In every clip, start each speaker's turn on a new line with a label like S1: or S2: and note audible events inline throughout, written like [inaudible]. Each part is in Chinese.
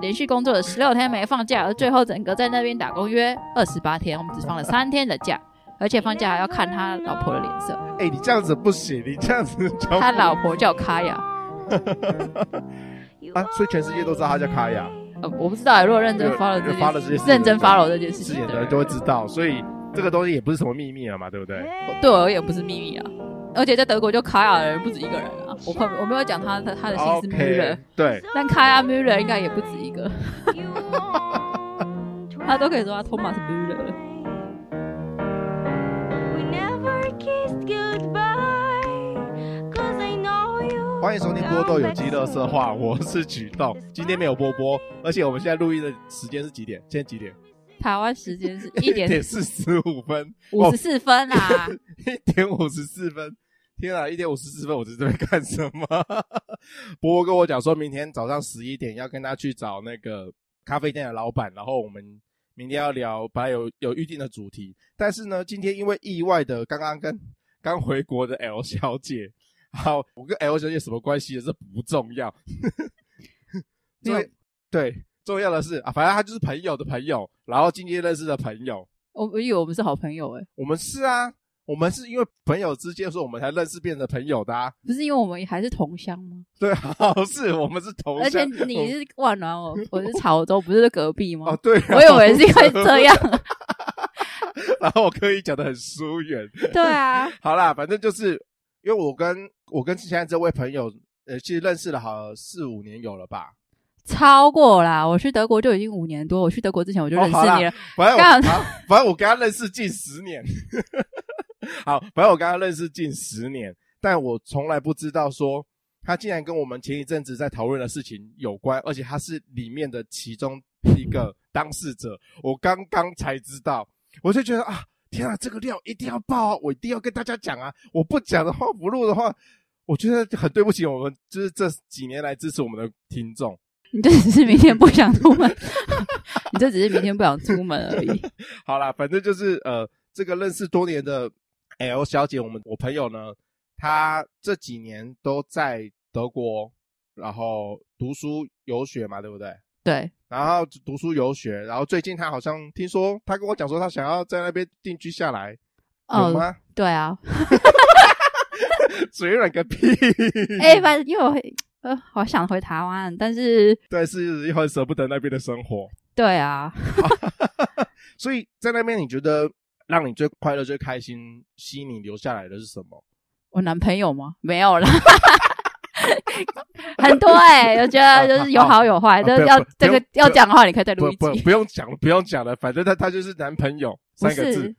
S1: 连续工作了十六天没放假，而最后整个在那边打工约二十八天，我们只放了三天的假，而且放假还要看他老婆的脸色。
S2: 哎、你这样子不行，你这样子 [laughs] 叫
S1: 他老婆叫卡雅，
S2: 啊，所以全世界都知道他叫卡雅，
S1: 呃，我不知道、欸，如果认真
S2: 有
S1: follow
S2: 有
S1: 这件
S2: follow 这件事
S1: 事，认真
S2: 情
S1: follow 这件事
S2: 是
S1: 情
S2: 演的
S1: 的
S2: 人都会知道，所以这个东西也不是什么秘密了嘛，对不对？
S3: 哎
S1: 对我而言不是秘密啊。而且在德国，就卡雅的人不止一个人啊。我碰我没有讲他的他的姓是 Müller，、
S2: 哦 OK，对，
S1: 但卡雅 Müller 应该也不止一
S3: [laughs]
S1: 个，他都可以说他 Thomas Müller 了。
S3: We never kissed goodbye, cause I know you.
S2: 欢迎收听波豆有机乐色话，
S3: [laughs]
S2: 我是举动，今天没有波波，而且我们现在录音的时间是几点？现在几点？
S1: 台湾时间是一
S2: [laughs]
S1: 点
S2: 点四十五分，
S1: 五十四分啦，
S2: 一点五十四分。天啊，一点五十四分，我在这边干什么？ [laughs] 波波跟我讲说，明天早上十一点要跟他去找那个咖啡店的老板，然后我们明天要聊，本来有有预定的主题，但是呢，今天因为意外的刚刚跟 [laughs] 刚回国的 L 小姐，好，我跟 L 小姐什么关系？这不重要。 [laughs]
S1: 没有
S2: 重对，重要的是啊，反正他就是朋友的朋友，然后今天认识的朋友，
S1: 我我以为我们是好朋友哎、
S2: 我们是啊，我们是因为朋友之间，所以我们才认识变成朋友的、啊。
S1: 不是因为我们还是同乡吗？
S2: 对，好 [laughs] 是我们是同乡，
S1: 而且你是万峦，我我是潮州，不是隔壁吗？
S2: 哦对啊、
S1: 我以为是因为这样，
S2: [laughs] 然后我刻意讲的很疏远。
S1: 对啊，
S2: 好啦，反正就是因为我跟我跟现在这位朋友，呃，其实认识了好四五年有了吧。
S1: [laughs] 超过啦！我去德国就已经五年多，我去德国之前我就认识
S2: 哦好
S1: 你了，
S2: 反正我
S1: 干
S2: 好反正我跟他认识近十年。 [laughs] 好，反正我跟他认识近十年，但我从来不知道说他竟然跟我们前一阵子在讨论的事情有关，而且他是里面的其中一个当事者。我刚刚才知道，我就觉得啊，天啊，这个料一定要爆啊，我一定要跟大家讲啊！我不讲的话，不录的话，我觉得很对不起我们，就是这几年来支持我们的听众。
S1: 你就只是明天不想出门，你就只是明天不想出门而
S2: [laughs]
S1: 已。
S2: 好啦，反正就是呃，这个认识多年的 L 小姐，我们我朋友呢，她这几年都在德国，然后读书游学嘛，对不对？
S1: 对，
S2: 然后读书游学，然后最近她好像听说，她跟我讲说她想要在那边定居下来，有
S1: 哦，
S2: 吗？ [laughs]
S1: 对啊，
S2: 嘴软个屁！ [laughs] 嗯
S1: 哎、反正因为我会呃，好想回台湾，但是
S2: 但是又很舍不得那边的生活，
S1: 对啊，
S2: 所以在那边你觉得让你最快乐、最开心、吸引你留下来的是什
S1: [laughs]
S2: 么？
S1: 我男朋友吗？没
S2: [laughs]
S1: 有啦。很多哎、我觉
S2: 哦
S1: 得就是有好有坏，
S2: 啊
S1: 就
S2: 不
S1: 是
S2: 要
S1: 要
S2: 不
S1: 这
S2: 不
S1: 个
S2: 用
S1: 要讲的话，你可以再录
S2: 不
S1: 一
S2: 不
S1: 集。
S2: 不用讲了，不用讲了，反正他他就是男朋友
S1: 不
S2: 三个字
S1: 是，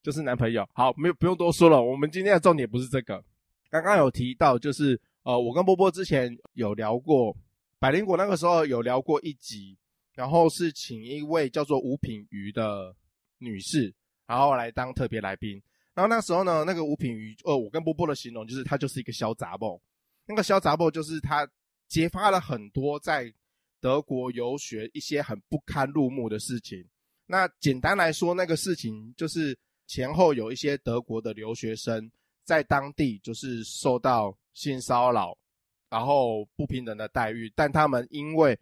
S2: [laughs] 就是男朋友。好，没有不用多说了，我们今天的重点不是这个。刚刚有提到，就是呃，我跟波波之前有聊过百灵果，那个时候有聊过一集，然后是请一位叫做吴品瑜的女士，然后来当特别来宾。然后那时候呢，那个吴品瑜，呃，我跟波波的形容就是他就是一个小杂报，那个小杂报就是他揭发了很多在德国游学一些很不堪入目的事情。那简单来说，那个事情就是前后有一些德国的留学生在当地就是受到性骚扰，然后不平等的待遇，但他们因为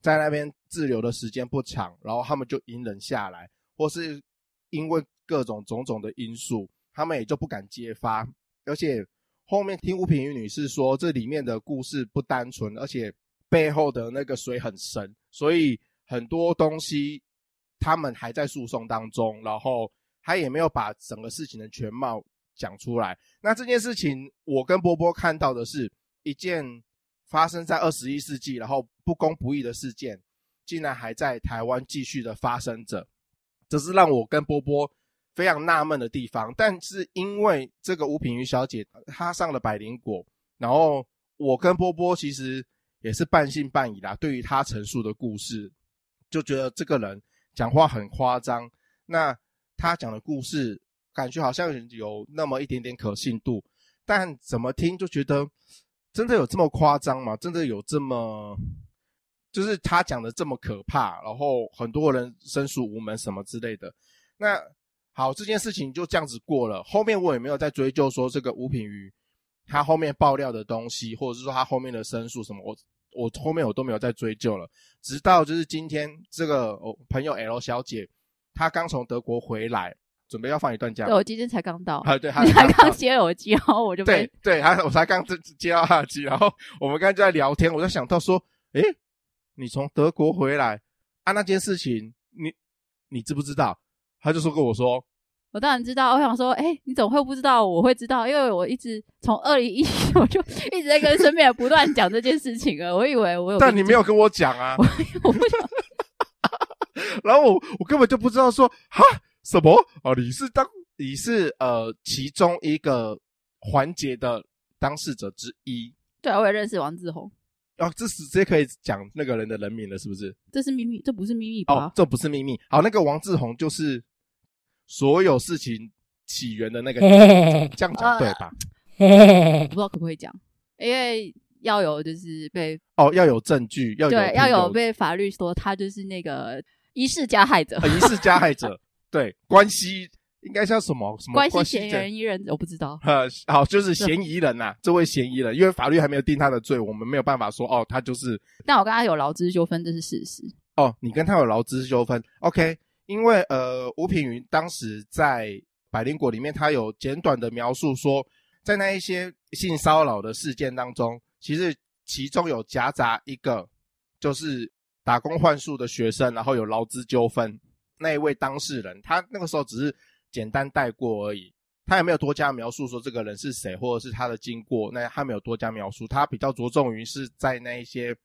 S2: 在那边滞留的时间不长，然后他们就隐忍下来，或是因为各种种种的因素，他们也就不敢揭发。而且后面听吴品玉女士说，这里面的故事不单纯，而且背后的那个水很深，所以很多东西他们还在诉讼当中，然后他也没有把整个事情的全貌讲出来。那这件事情，我跟波波看到的是一件发生在二十一世纪，然后不公不义的事件，竟然还在台湾继续的发生着，这是让我跟波波非常纳闷的地方。但是因为这个吴品瑜小姐她上了百灵果，然后我跟波波其实也是半信半疑啦，对于她陈述的故事，就觉得这个人讲话很夸张，那他讲的故事感觉好像有那么一点点可信度，但怎么听就觉得真的有这么夸张吗？真的有这么？就是他讲的这么可怕，然后很多人申诉无门什么之类的，那好，这件事情就这样子过了。后面我也没有再追究说这个吴品瑜他后面爆料的东西，或者是说他后面的申诉什么，我我后面我都没有再追究了。直到就是今天，这个我朋友 L 小姐，她刚从德国回来，准备要放一段假
S1: 对，。我今天才刚到， [laughs]
S2: 啊，对，她
S1: 你才
S2: 刚
S1: 刚接耳机，然后我就被
S2: 对对，他我才刚接接到他的机，然后我们刚才就在聊天，我就想到说，诶，你从德国回来啊，那件事情你你知不知道？他就说跟我说，
S1: 我当然知道，我想说，哎、你怎么会不知道？我会知道，因为我一直从二零一 [laughs] 我就一直在跟身边人不断讲这件事情啊。我以为我有，
S2: 但你没有，跟我讲啊，
S1: 我不想
S2: [laughs] 然后我我根本就不知道说哈什么哦，你是当你是呃其中一个环节的当事者之一，
S1: 对，啊我也认识王志宏，
S2: 哦，这是直接可以讲那个人的人名了，是不是？
S1: 这是秘密，这不是秘密吧？
S2: 哦，这不是秘密。好，那个王志宏就是所有事情起源的那个，这样
S1: 哦
S2: 讲对吧？
S1: 我不知道可不可以讲，因为要有就是被
S2: 哦，要有证据，要有
S1: 对，要有
S2: 有
S1: 被法律说他就是那个疑似加害者、 [laughs]
S2: 呃疑似加害者，对关系应该叫什么什么
S1: 关系
S2: 系
S1: 嫌疑
S2: 人
S1: 人一人，我不知道。
S2: 呃，好，就是嫌疑人呐、这位嫌疑人，因为法律还没有定他的罪，我们没有办法说哦，他就是
S1: 但我跟他有劳资纠纷，这是事实。
S2: 哦，你跟他有劳资纠纷，OK？因为呃，吴品云当时在《百灵果》里面，他有简短的描述说，在那一些性骚扰的事件当中，其实其中有夹杂一个就是打工换宿的学生，然后有劳资纠纷，那一位当事人，他那个时候只是简单带过而已，他也没有多加描述说这个人是谁，或者是他的经过，那他没有多加描述，他比较着重于是在那一些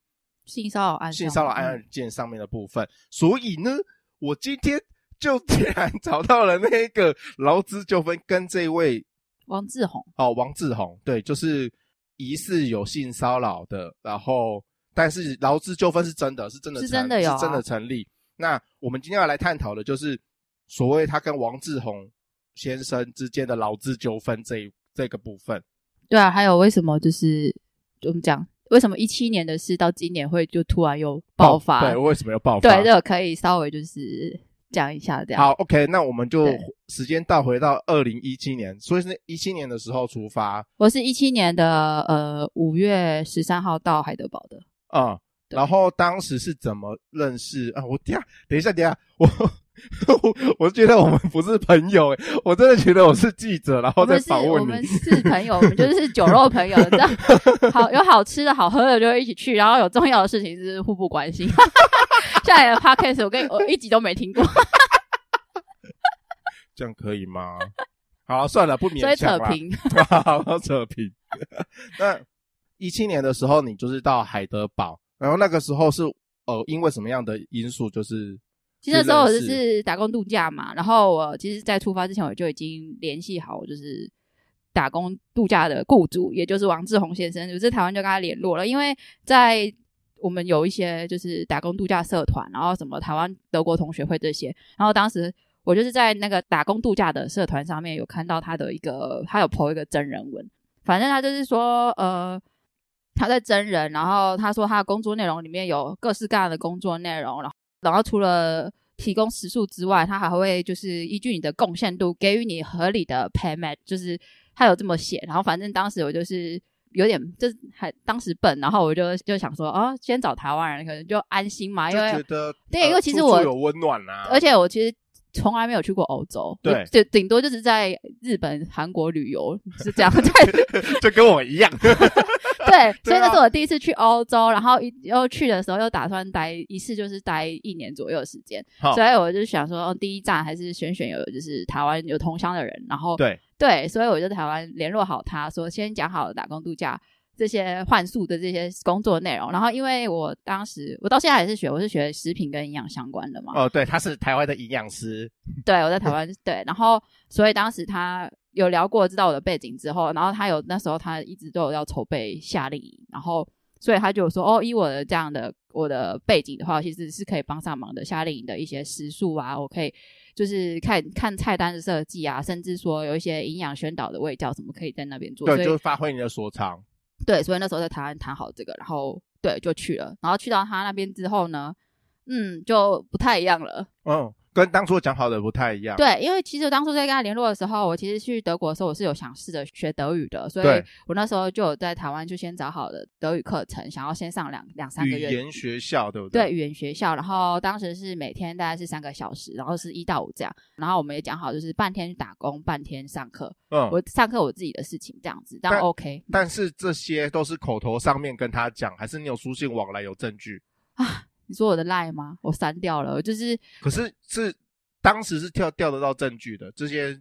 S1: 性骚扰案嗯上，
S2: 性骚扰案嗯件上面的部分。所以呢，我今天 [laughs] 就竟然找到了那个劳资纠纷跟这位
S1: 王志宏，
S2: 哦王志宏，对，就是疑似有性骚扰的，然后但是劳资纠纷是真的，是真的
S1: 是
S2: 成
S1: 真的有啊
S2: 是真的成立。那我们今天要来探讨的就是所谓他跟王志宏先生之间的劳资纠纷这一这个部分。
S1: 对啊，还有为什么就是我们讲为什么一七年的事到今年会就突然又爆发？
S2: 哦对，为什么要爆发？
S1: 对，这个可以稍微就是讲一下这样。
S2: 好，OK，那我们就
S1: 对
S2: 时间倒回到二零一七年，所以是一七年的时候出发，
S1: 我是一七年的呃五月十三号到海德堡的，
S2: 嗯，
S1: 对
S2: 然后当时是怎么认识啊？我等一下，等一下，等一下，我我我 [laughs] 觉得我们不是朋友、欸，我真的觉得我是记者，然后
S1: 我
S2: 再
S1: 们是
S2: 访
S1: 我
S2: 问
S1: 们
S2: 你。
S1: 是朋友，我们就是酒肉朋友，这样好有好吃的好喝的就会一起去，然后有重要的事情就是互不关心。 [laughs] 下来的 podcast 我跟你我一集都没听过，
S2: 这样可以吗？ [laughs] 好，算了，不
S1: 所以
S2: 勉
S1: 扯
S2: 强了。
S1: 平。
S2: [laughs] 好，扯平。 [laughs] 那一七年的时候，你就是到海德堡，然后那个时候是呃，因为什么样的因素？就是
S1: 其实那时候我就
S2: 去认识
S1: 是打工度假嘛，然后我其实，在出发之前我就已经联系好，就是打工度假的雇主，也就是王志宏先生，我在台湾就跟他联络了，因为在我们有一些就是打工度假社团，然后什么台湾德国同学会这些，然后当时我就是在那个打工度假的社团上面有看到他的一个，他有 PO 一个真人文，反正他就是说，呃，他在真人，然后他说他的工作内容里面有各式各样的工作内容，然后然后除了提供时数之外，他还会就是依据你的贡献度给予你合理的 payment，就是他有这么写。然后反正当时我就是有点就是还当时笨，然后我就就想说，哦，先找台湾人可能就安心嘛，因
S2: 就觉
S1: 为
S2: 得
S1: 对
S2: 呃
S1: 因为其实
S2: 处处
S1: 我
S2: 有温暖啊，
S1: 而且我其实从来没有去过欧洲，
S2: 对
S1: 我就顶多就是在日本、韩国旅游是这样， [laughs] 对
S2: 就跟我一
S1: [laughs]
S2: 样。 [laughs]
S1: 对，所以
S2: 对啊
S1: 那是我第一次去欧洲，然后一又去的时候又打算待一次就是待一年左右的时间，
S2: 好
S1: 所以我就想说，哦，第一站还是选选有就是台湾有同乡的人，然后 [laughs]
S2: 对，
S1: 对，所以我就台湾联络好他说，先讲好打工度假这些换宿的这些工作内容，然后因为我当时我到现在还是学，我是学食品跟营养相关的嘛，
S2: 哦，对，他是台湾的营养师，
S1: 对，我在
S2: 嗯
S1: 台湾对，然后所以当时他有聊过，知道我的背景之后，然后他有那时候他一直都有要筹备夏令营，然后所以他就有说哦，以我的这样的我的背景的话，其实是可以帮上忙的夏令营的一些食宿啊，我可以就是看看菜单的设计啊，甚至说有一些营养宣导的味道什么可以在那边做，
S2: 对，
S1: 所以
S2: 就是发挥你的所长。
S1: 对，所以那时候在台湾谈好这个，然后对就去了，然后去到他那边之后呢，嗯，就不太一样了。
S2: 嗯，跟当初讲好的不太一样。
S1: 对，因为其实我当初在跟他联络的时候，我其实去德国的时候，我是有想试着学德语的，所以
S2: 对
S1: 我那时候就有在台湾就先找好了德语课程，想要先上两两三个
S2: 语
S1: 月。
S2: 言学校对不
S1: 对
S2: 对？
S1: 语言学校，然后当时是每天大概是三个小时，然后是一到五这样，然后我们也讲好就是半天打工，半天上课，
S2: 嗯，
S1: 我上课我自己的事情这样子，但
S2: 但
S1: OK
S2: 但是这些都是口头上面跟他讲，还是你有书信往来有证据？
S1: 啊。你说我的赖吗？我删掉了，我就是
S2: 可是是当时是调调得到证据的，这些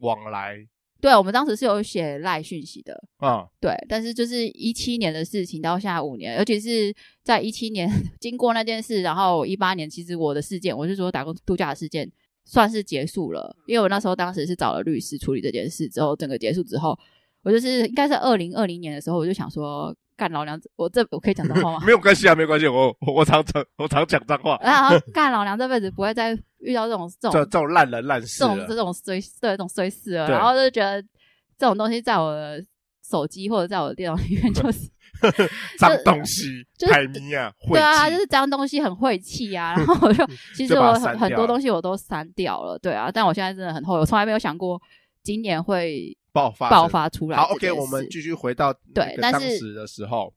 S2: 往来
S1: 对我们当时是有写赖讯息的，
S2: 啊、？
S1: 对，但是就是一七年的事情到现在五年，尤其是在一七年 [laughs] 经过那件事，然后一八年其实我的事件，我是说打工度假的事件算是结束了，因为我那时候当时是找了律师处理这件事之后，整个结束之后，我就是应该是二零二零年的时候，我就想说，干老娘，我这我可以讲脏话吗 [laughs]
S2: 没有关系啊，没有关系，我我我常常我常讲脏话，
S1: 然
S2: [laughs]
S1: 后干老娘这辈子不会再遇到这种这
S2: 这
S1: 种
S2: 这种烂人烂事
S1: 这种
S2: 了
S1: 这种衰对这种衰事了，
S2: 对
S1: 然后就觉得这种东西在我的手机或者在我的电脑里面 [laughs]
S2: [laughs]
S1: 就是。
S2: 脏东西
S1: 就、是
S2: 排咪啊、晦
S1: 对啊，就
S2: 气，
S1: 是脏东西很晦气
S2: [laughs]
S1: 啊。然后我就其实
S2: 就把
S1: 我
S2: 它
S1: 很
S2: 删
S1: 很
S2: 掉
S1: 多
S2: 了
S1: 东西我都删掉了，对啊。但我现在真的很后悔，我从来没有想过今年会
S2: 爆发
S1: 爆
S2: 是
S1: 发出来
S2: 好
S1: 这件
S2: ，OK，
S1: 事。
S2: 我们继续回到
S1: 对
S2: 那个
S1: 但
S2: 当
S1: 是
S2: 时的时候，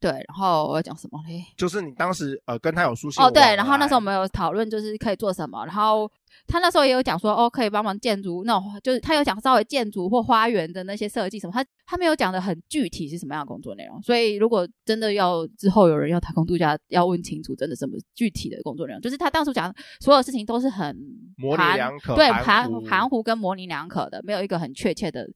S1: 对，然后我要讲什么嘞？
S2: 就是你当时呃跟他有书信
S1: 哦，对
S2: 往，来
S1: 然后那时候我们有讨论就是可以做什么，然后他那时候也有讲说哦，可以帮忙建筑那种，就是他有讲稍微建筑或花园的那些设计什么，他他没有讲的很具体是什么样的工作内容，所以如果真的要之后有人要打工度假，要问清楚真的什么具体的工作内容，就是他当初讲所有事情都是很
S2: 模棱
S1: 含
S2: 两可，
S1: 对
S2: 含糊
S1: 含糊跟模棱两可的，没有一个很确切的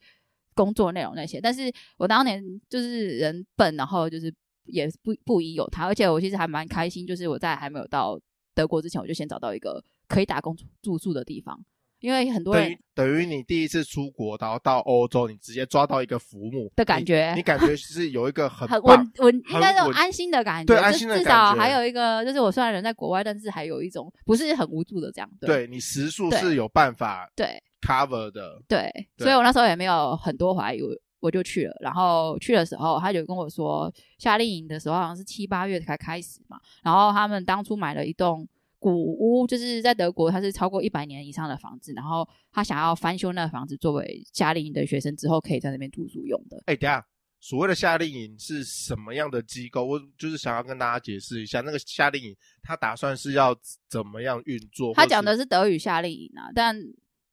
S1: 工作内容那些。但是我当年就是人笨，然后就是也不不疑有他，而且我其实还蛮开心，就是我在还没有到德国之前，我就先找到一个可以打工住宿的地方，因为很多
S2: 等
S1: 人
S2: 于等于你第一次出国，然后到欧洲，你直接抓到一的浮木
S1: 的感觉
S2: 你你感觉是有一个很
S1: 很
S2: 棒
S1: 稳稳，应
S2: 很
S1: 该有
S2: 稳
S1: 安心的感觉，
S2: 对安
S1: 就
S2: 心的
S1: 至
S2: 感
S1: 少
S2: 觉
S1: 还有一个，就是我虽然人在国外，但是还有一种不是很无助的这样。
S2: 对你时速
S1: 对
S2: 是有办法
S1: 对，
S2: cover 的，
S1: 对，
S2: 对
S1: 所以我那时候也没有很多怀疑，我我就去了。然后去的时候，他就跟我说，夏令营的时候好像是七八月才开始嘛。然后他们当初买了一栋古屋，就是在德国，它是超过一百年以上的房子。然后他想要翻修那个房子，作为夏令营的学生之后可以在那边住宿用的。
S2: 哎、等一下，所谓的夏令营是什么样的机构？我就是想要跟大家解释一下，那个夏令营他打算是要怎么样运作？
S1: 他
S2: 或是
S1: 讲的是德语夏令营啊，但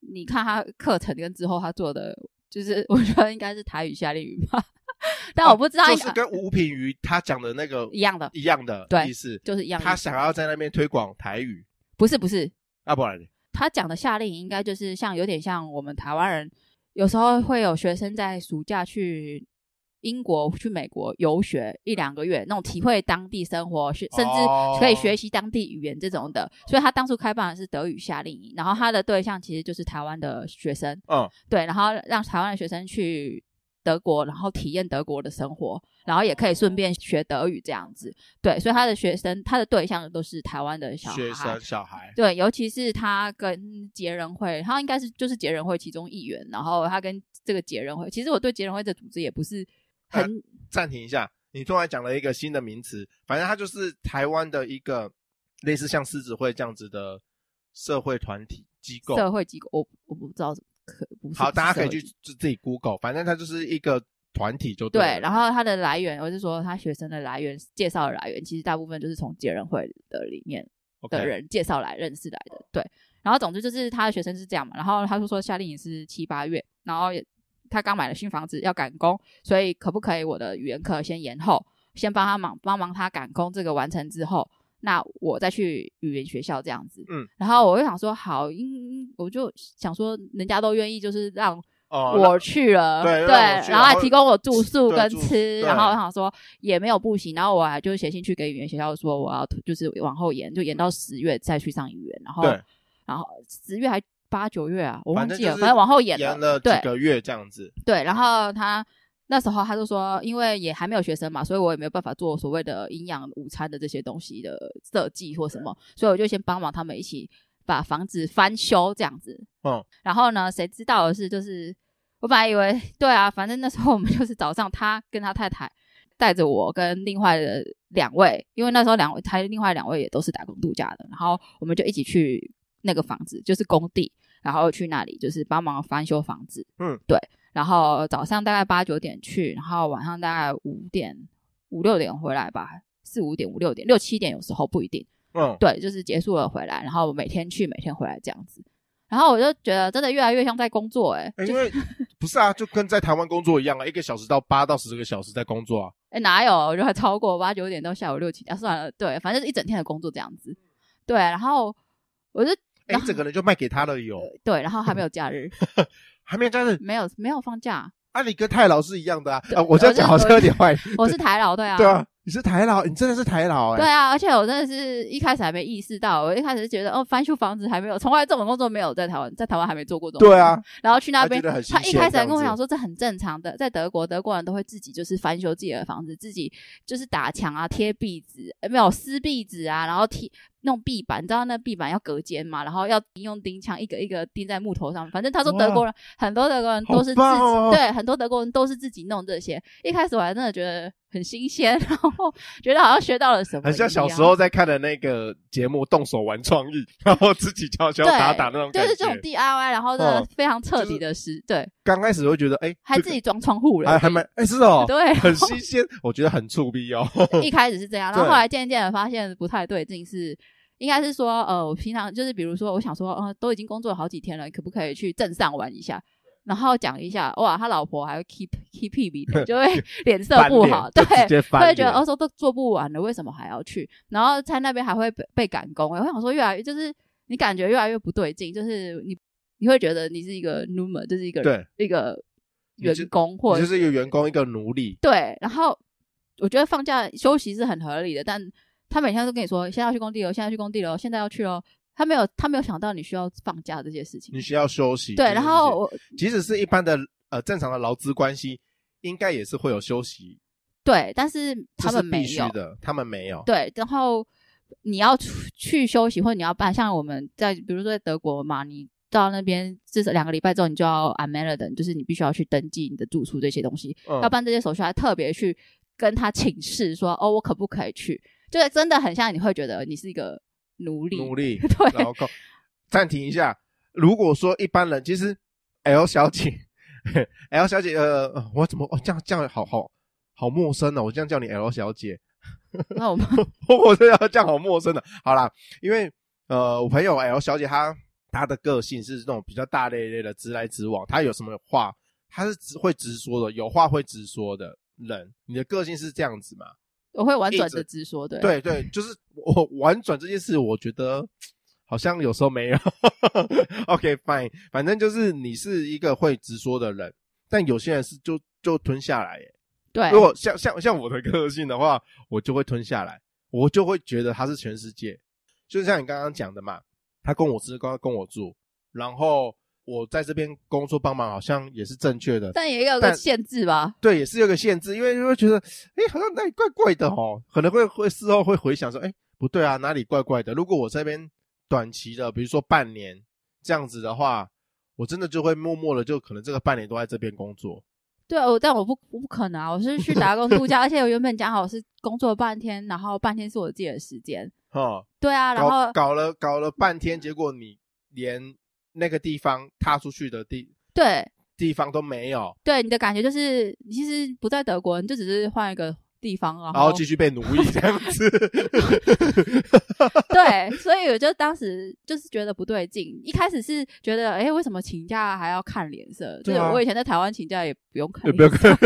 S1: 你看他课程跟之后他做的，就是 [laughs] 我觉得应该是台语夏令营吧， [laughs] 但我不知道、
S2: 哦就是跟吴品瑜他讲的那个
S1: 一样的，
S2: 一样的
S1: 对
S2: 意思，
S1: 就是一样的意思。
S2: 他想要在那边推广台语，
S1: 不是不是，
S2: 啊，不然呢
S1: 他讲的夏令营应该就是像有点像我们台湾人，有时候会有学生在暑假去英国、去美国游学一两个月，那种体会当地生活，学甚
S2: 哦
S1: 至可以学习当地语言这种的。所以他当初开办的是德语夏令营，然后他的对象其实就是台湾的学生，
S2: 嗯，
S1: 对，然后让台湾的学生去德国，然后体验德国的生活，然后也可以顺便学德语这样子。对，所以他的学生，他的对象都是台湾的小
S2: 学
S1: 孩
S2: 生。小孩，
S1: 对，尤其是他跟杰人会，他应该是就是杰人会其中一员，然后他跟这个杰人会，其实我对杰人会这组织也不
S2: [laughs]
S1: 是很、
S2: 暂停一下，你突然讲了一个新的名词，反正它就是台湾的一个类似像狮子会这样子的社会团体机构。
S1: 社会机构，我我不知道怎么可不是
S2: 好，大家可以
S1: 社会
S2: 去
S1: 机
S2: 自自己 Google，反正它就是一个团体就
S1: 对
S2: 了。
S1: 然后他的来源，我是说他学生的来源介绍的来源，其实大部分就是从杰人会的里面
S2: OK，
S1: 的人介绍来认识来的，对。然后总之就是他的学生是这样嘛，然后他就说夏令营是七八月，然后也他刚买了新房子要赶工，所以可不可以我的语言课先延后，先帮他忙帮忙他赶工这个完成之后，那我再去语言学校这样子。
S2: 嗯，
S1: 然后我就想说好，因我就想说人家都愿意，就是让
S2: 哦，
S1: 我去了，
S2: 对让我去
S1: 然后
S2: 然
S1: 还
S2: 后
S1: 提供我住宿
S2: 对
S1: 跟
S2: 住宿
S1: 吃，
S2: 对
S1: 然后我想说也没有不行，然后我还就写信去给语言学校说我要就是往后延，就延到十月再去上语言，然后
S2: 对
S1: 然后十月还八九月啊，我忘
S2: 反正
S1: 记
S2: 就
S1: 了，
S2: 是
S1: 反正往后延
S2: 延了几
S1: 对
S2: 个月这样子。
S1: 对，然后他。那时候他就说，因为也还没有学生嘛，所以我也没有办法做所谓的营养午餐的这些东西的设计或什么，所以我就先帮忙他们一起把房子翻修这样子。
S2: 嗯，
S1: 然后呢，谁知道的是，就是我本来以为对啊，反正那时候我们就是早上他跟他太太带着我跟另外的两位，因为那时候两位他另外两位也都是打工度假的，然后我们就一起去那个房子，就是工地，然后去那里就是帮忙翻修房子。
S2: 嗯，
S1: 对。然后早上大概八九点去，然后晚上大概五点五六点回来吧，四五点五六点六七点有时候不一定。
S2: 嗯，
S1: 对，就是结束了回来，然后每天去每天回来这样子。然后我就觉得真的越来越像在工作、欸，哎、
S2: 欸因为不是啊，就跟在台湾工作一样啊，一个小时到八到十个小时在工作啊。
S1: 哎，哪有？我觉得还超过八九点到下午六七点、啊算了，对，反正就是一整天的工作这样子。对，然后我就
S2: 哎、你整个人就卖给他了哟，
S1: 对，然后还没有假日，
S2: 还没有这样子，
S1: 没有没有放假，
S2: 啊，你跟太老是一样的啊。啊我这样讲好像有点坏，
S1: 我是台劳，对啊，
S2: 对啊，你是台老，你真的是台老哎、
S1: 对啊，而且我真的是一开始还没意识到，我一开始是觉得哦，翻修房子还没有，从来这种工作没有在台湾，在台湾还没做过这种。
S2: 对啊，
S1: 然后去那
S2: 他
S1: 边
S2: 觉，得很新
S1: 他一开
S2: 鲜
S1: 始
S2: 这
S1: 还
S2: 样
S1: 跟我
S2: 子
S1: 讲说这很正常的，在德国，德国人都会自己就是翻修自己的房子，自己就是打墙啊、贴壁纸，呃没有撕壁纸啊，然后贴弄壁板，你知道那壁板要隔间嘛，然后要用钉枪一个一个钉在木头上。反正他说德国人很多德国人都是自己、
S2: 好棒哦
S1: 对，很多德国人都是自己弄这些。一开始我还真的觉得很新鲜， [laughs] 然后觉得好像学到了什么，
S2: 很像小时。候在看的那个节目《动手玩创意》， [laughs] 然后自己敲
S1: [laughs]
S2: 敲
S1: 对，
S2: 打打那种
S1: 就
S2: 感觉。
S1: 是这种 DIY，然后呢
S2: 嗯
S1: 非常彻
S2: 就是
S1: 底的实，对，
S2: 刚开始会觉得，哎、
S1: 还
S2: 这
S1: 自己装窗户
S2: 个
S1: 了，
S2: 还还蛮，哎、是哦，
S1: 对，
S2: [laughs] 很新鲜，我觉得很触必哦。
S1: 一开始是这样，然后
S2: 对
S1: 后来渐渐的发现不太对劲，是应该是说，呃，我平常就是比如说，我想说，呃，都已经工作了好几天了，可不可以去镇上玩一下？然后讲一下，哇，他老婆还会 keep keep 屁比的，就会 [laughs] 脸色
S2: 翻
S1: 不
S2: 脸 [laughs]
S1: 好，[laughs]
S2: 就
S1: 对，
S2: 直接翻
S1: 会
S2: 脸，
S1: 觉得哦，说都做不完了，为什么还要去？然后在那边还会被被赶工、欸，我想说越来越就是你感觉越来越不对劲，就是你你会觉得你是一个 numer，就是一个
S2: 对
S1: 一个
S2: 你
S1: 员
S2: 就
S1: 工或
S2: 你
S1: 者
S2: 就是一个员工，一个奴隶，
S1: 对，然后我觉得放假休息是很合理的，但他每天都跟你说现在要去工地了，现在要去工地了，现在要去喽。他没有，他没有想到你需要放假这些事情
S2: 你。需要休息。
S1: 对，
S2: 就是
S1: 然
S2: 这些
S1: 后我
S2: 即使是一般的呃正常的劳资关系，应该也是会有休息，
S1: 对，但是他
S2: 这
S1: 们
S2: 是
S1: 没
S2: 必须
S1: 有。
S2: 的，他们没有。
S1: 对，然后你要出去休息，或者你要办，像我们在比如说在德国嘛，你到那边至少两个礼拜之后，你就要 a m e l d e n 就是你必须要去登记你的住宿这些东西。
S2: 嗯
S1: 要办这些手续，还特别去跟他请示说，哦，我可不可以去？就是真的很像，你会觉得你是一个奴隶，
S2: 奴隶
S1: [laughs] 对
S2: 劳工。暂停一下，如果说一般人，其实 L 小姐 [laughs] ，L 小姐，呃，呃我怎么哦这样这样好好好陌生啊呢、我这样叫你 L 小姐， [laughs]
S1: 那我们 [laughs]
S2: 我这样这样好陌生的、好啦，因为呃，我朋友 L 小姐她她的个性是那种比较大咧咧的，直来直往，她有什么话她是直会直说的，有话会直说的人，你的个性是这样子嘛？
S1: 我会婉
S2: 一
S1: 转
S2: 直
S1: 的直说，对，
S2: 对对，就是我 [laughs] 婉转这件事，我觉得好像有时候没有。OK fine，反正就是你是一个会直说的人，但有些人是就就吞下来耶。
S1: 对
S2: 如果像像像我的个性的话，我就会吞下来，我就会觉得他是全世界。就像你刚刚讲的嘛，他跟我吃，跟跟我住，然后我在这边工作帮忙，好像也是正确的。
S1: 但也有个
S2: 但
S1: 限制吧。
S2: 对，也是有个限制，因为就会觉得，哎，好像哪里怪怪的哦，可能会会事后会回想说，哎，不对啊，哪里怪怪的。如果我这边短期的，比如说半年这样子的话，我真的就会默默的，就可能这个半年都在这边工作。
S1: 对，我但我不我不可能啊！我是去打工度假，而且我原本讲好是工作半天，然后半天是我自己的时间。
S2: 哈、
S1: 对啊，然后
S2: 搞搞了搞了半天，结果你连那个地方踏出去的地
S1: 对
S2: 地方都没有，
S1: 对，你的感觉就是你其实不在德国，你就只是换一个地方，然
S2: 然后
S1: 后
S2: 继续被奴役这样子。
S1: [laughs] 对，所以我就当时就是觉得不对劲。一开始是觉得，哎、为什么请假还要看脸色？就
S2: 对
S1: 是
S2: 啊
S1: 我以前在台湾请假也不用看
S2: [laughs] 也不要
S1: 脸色，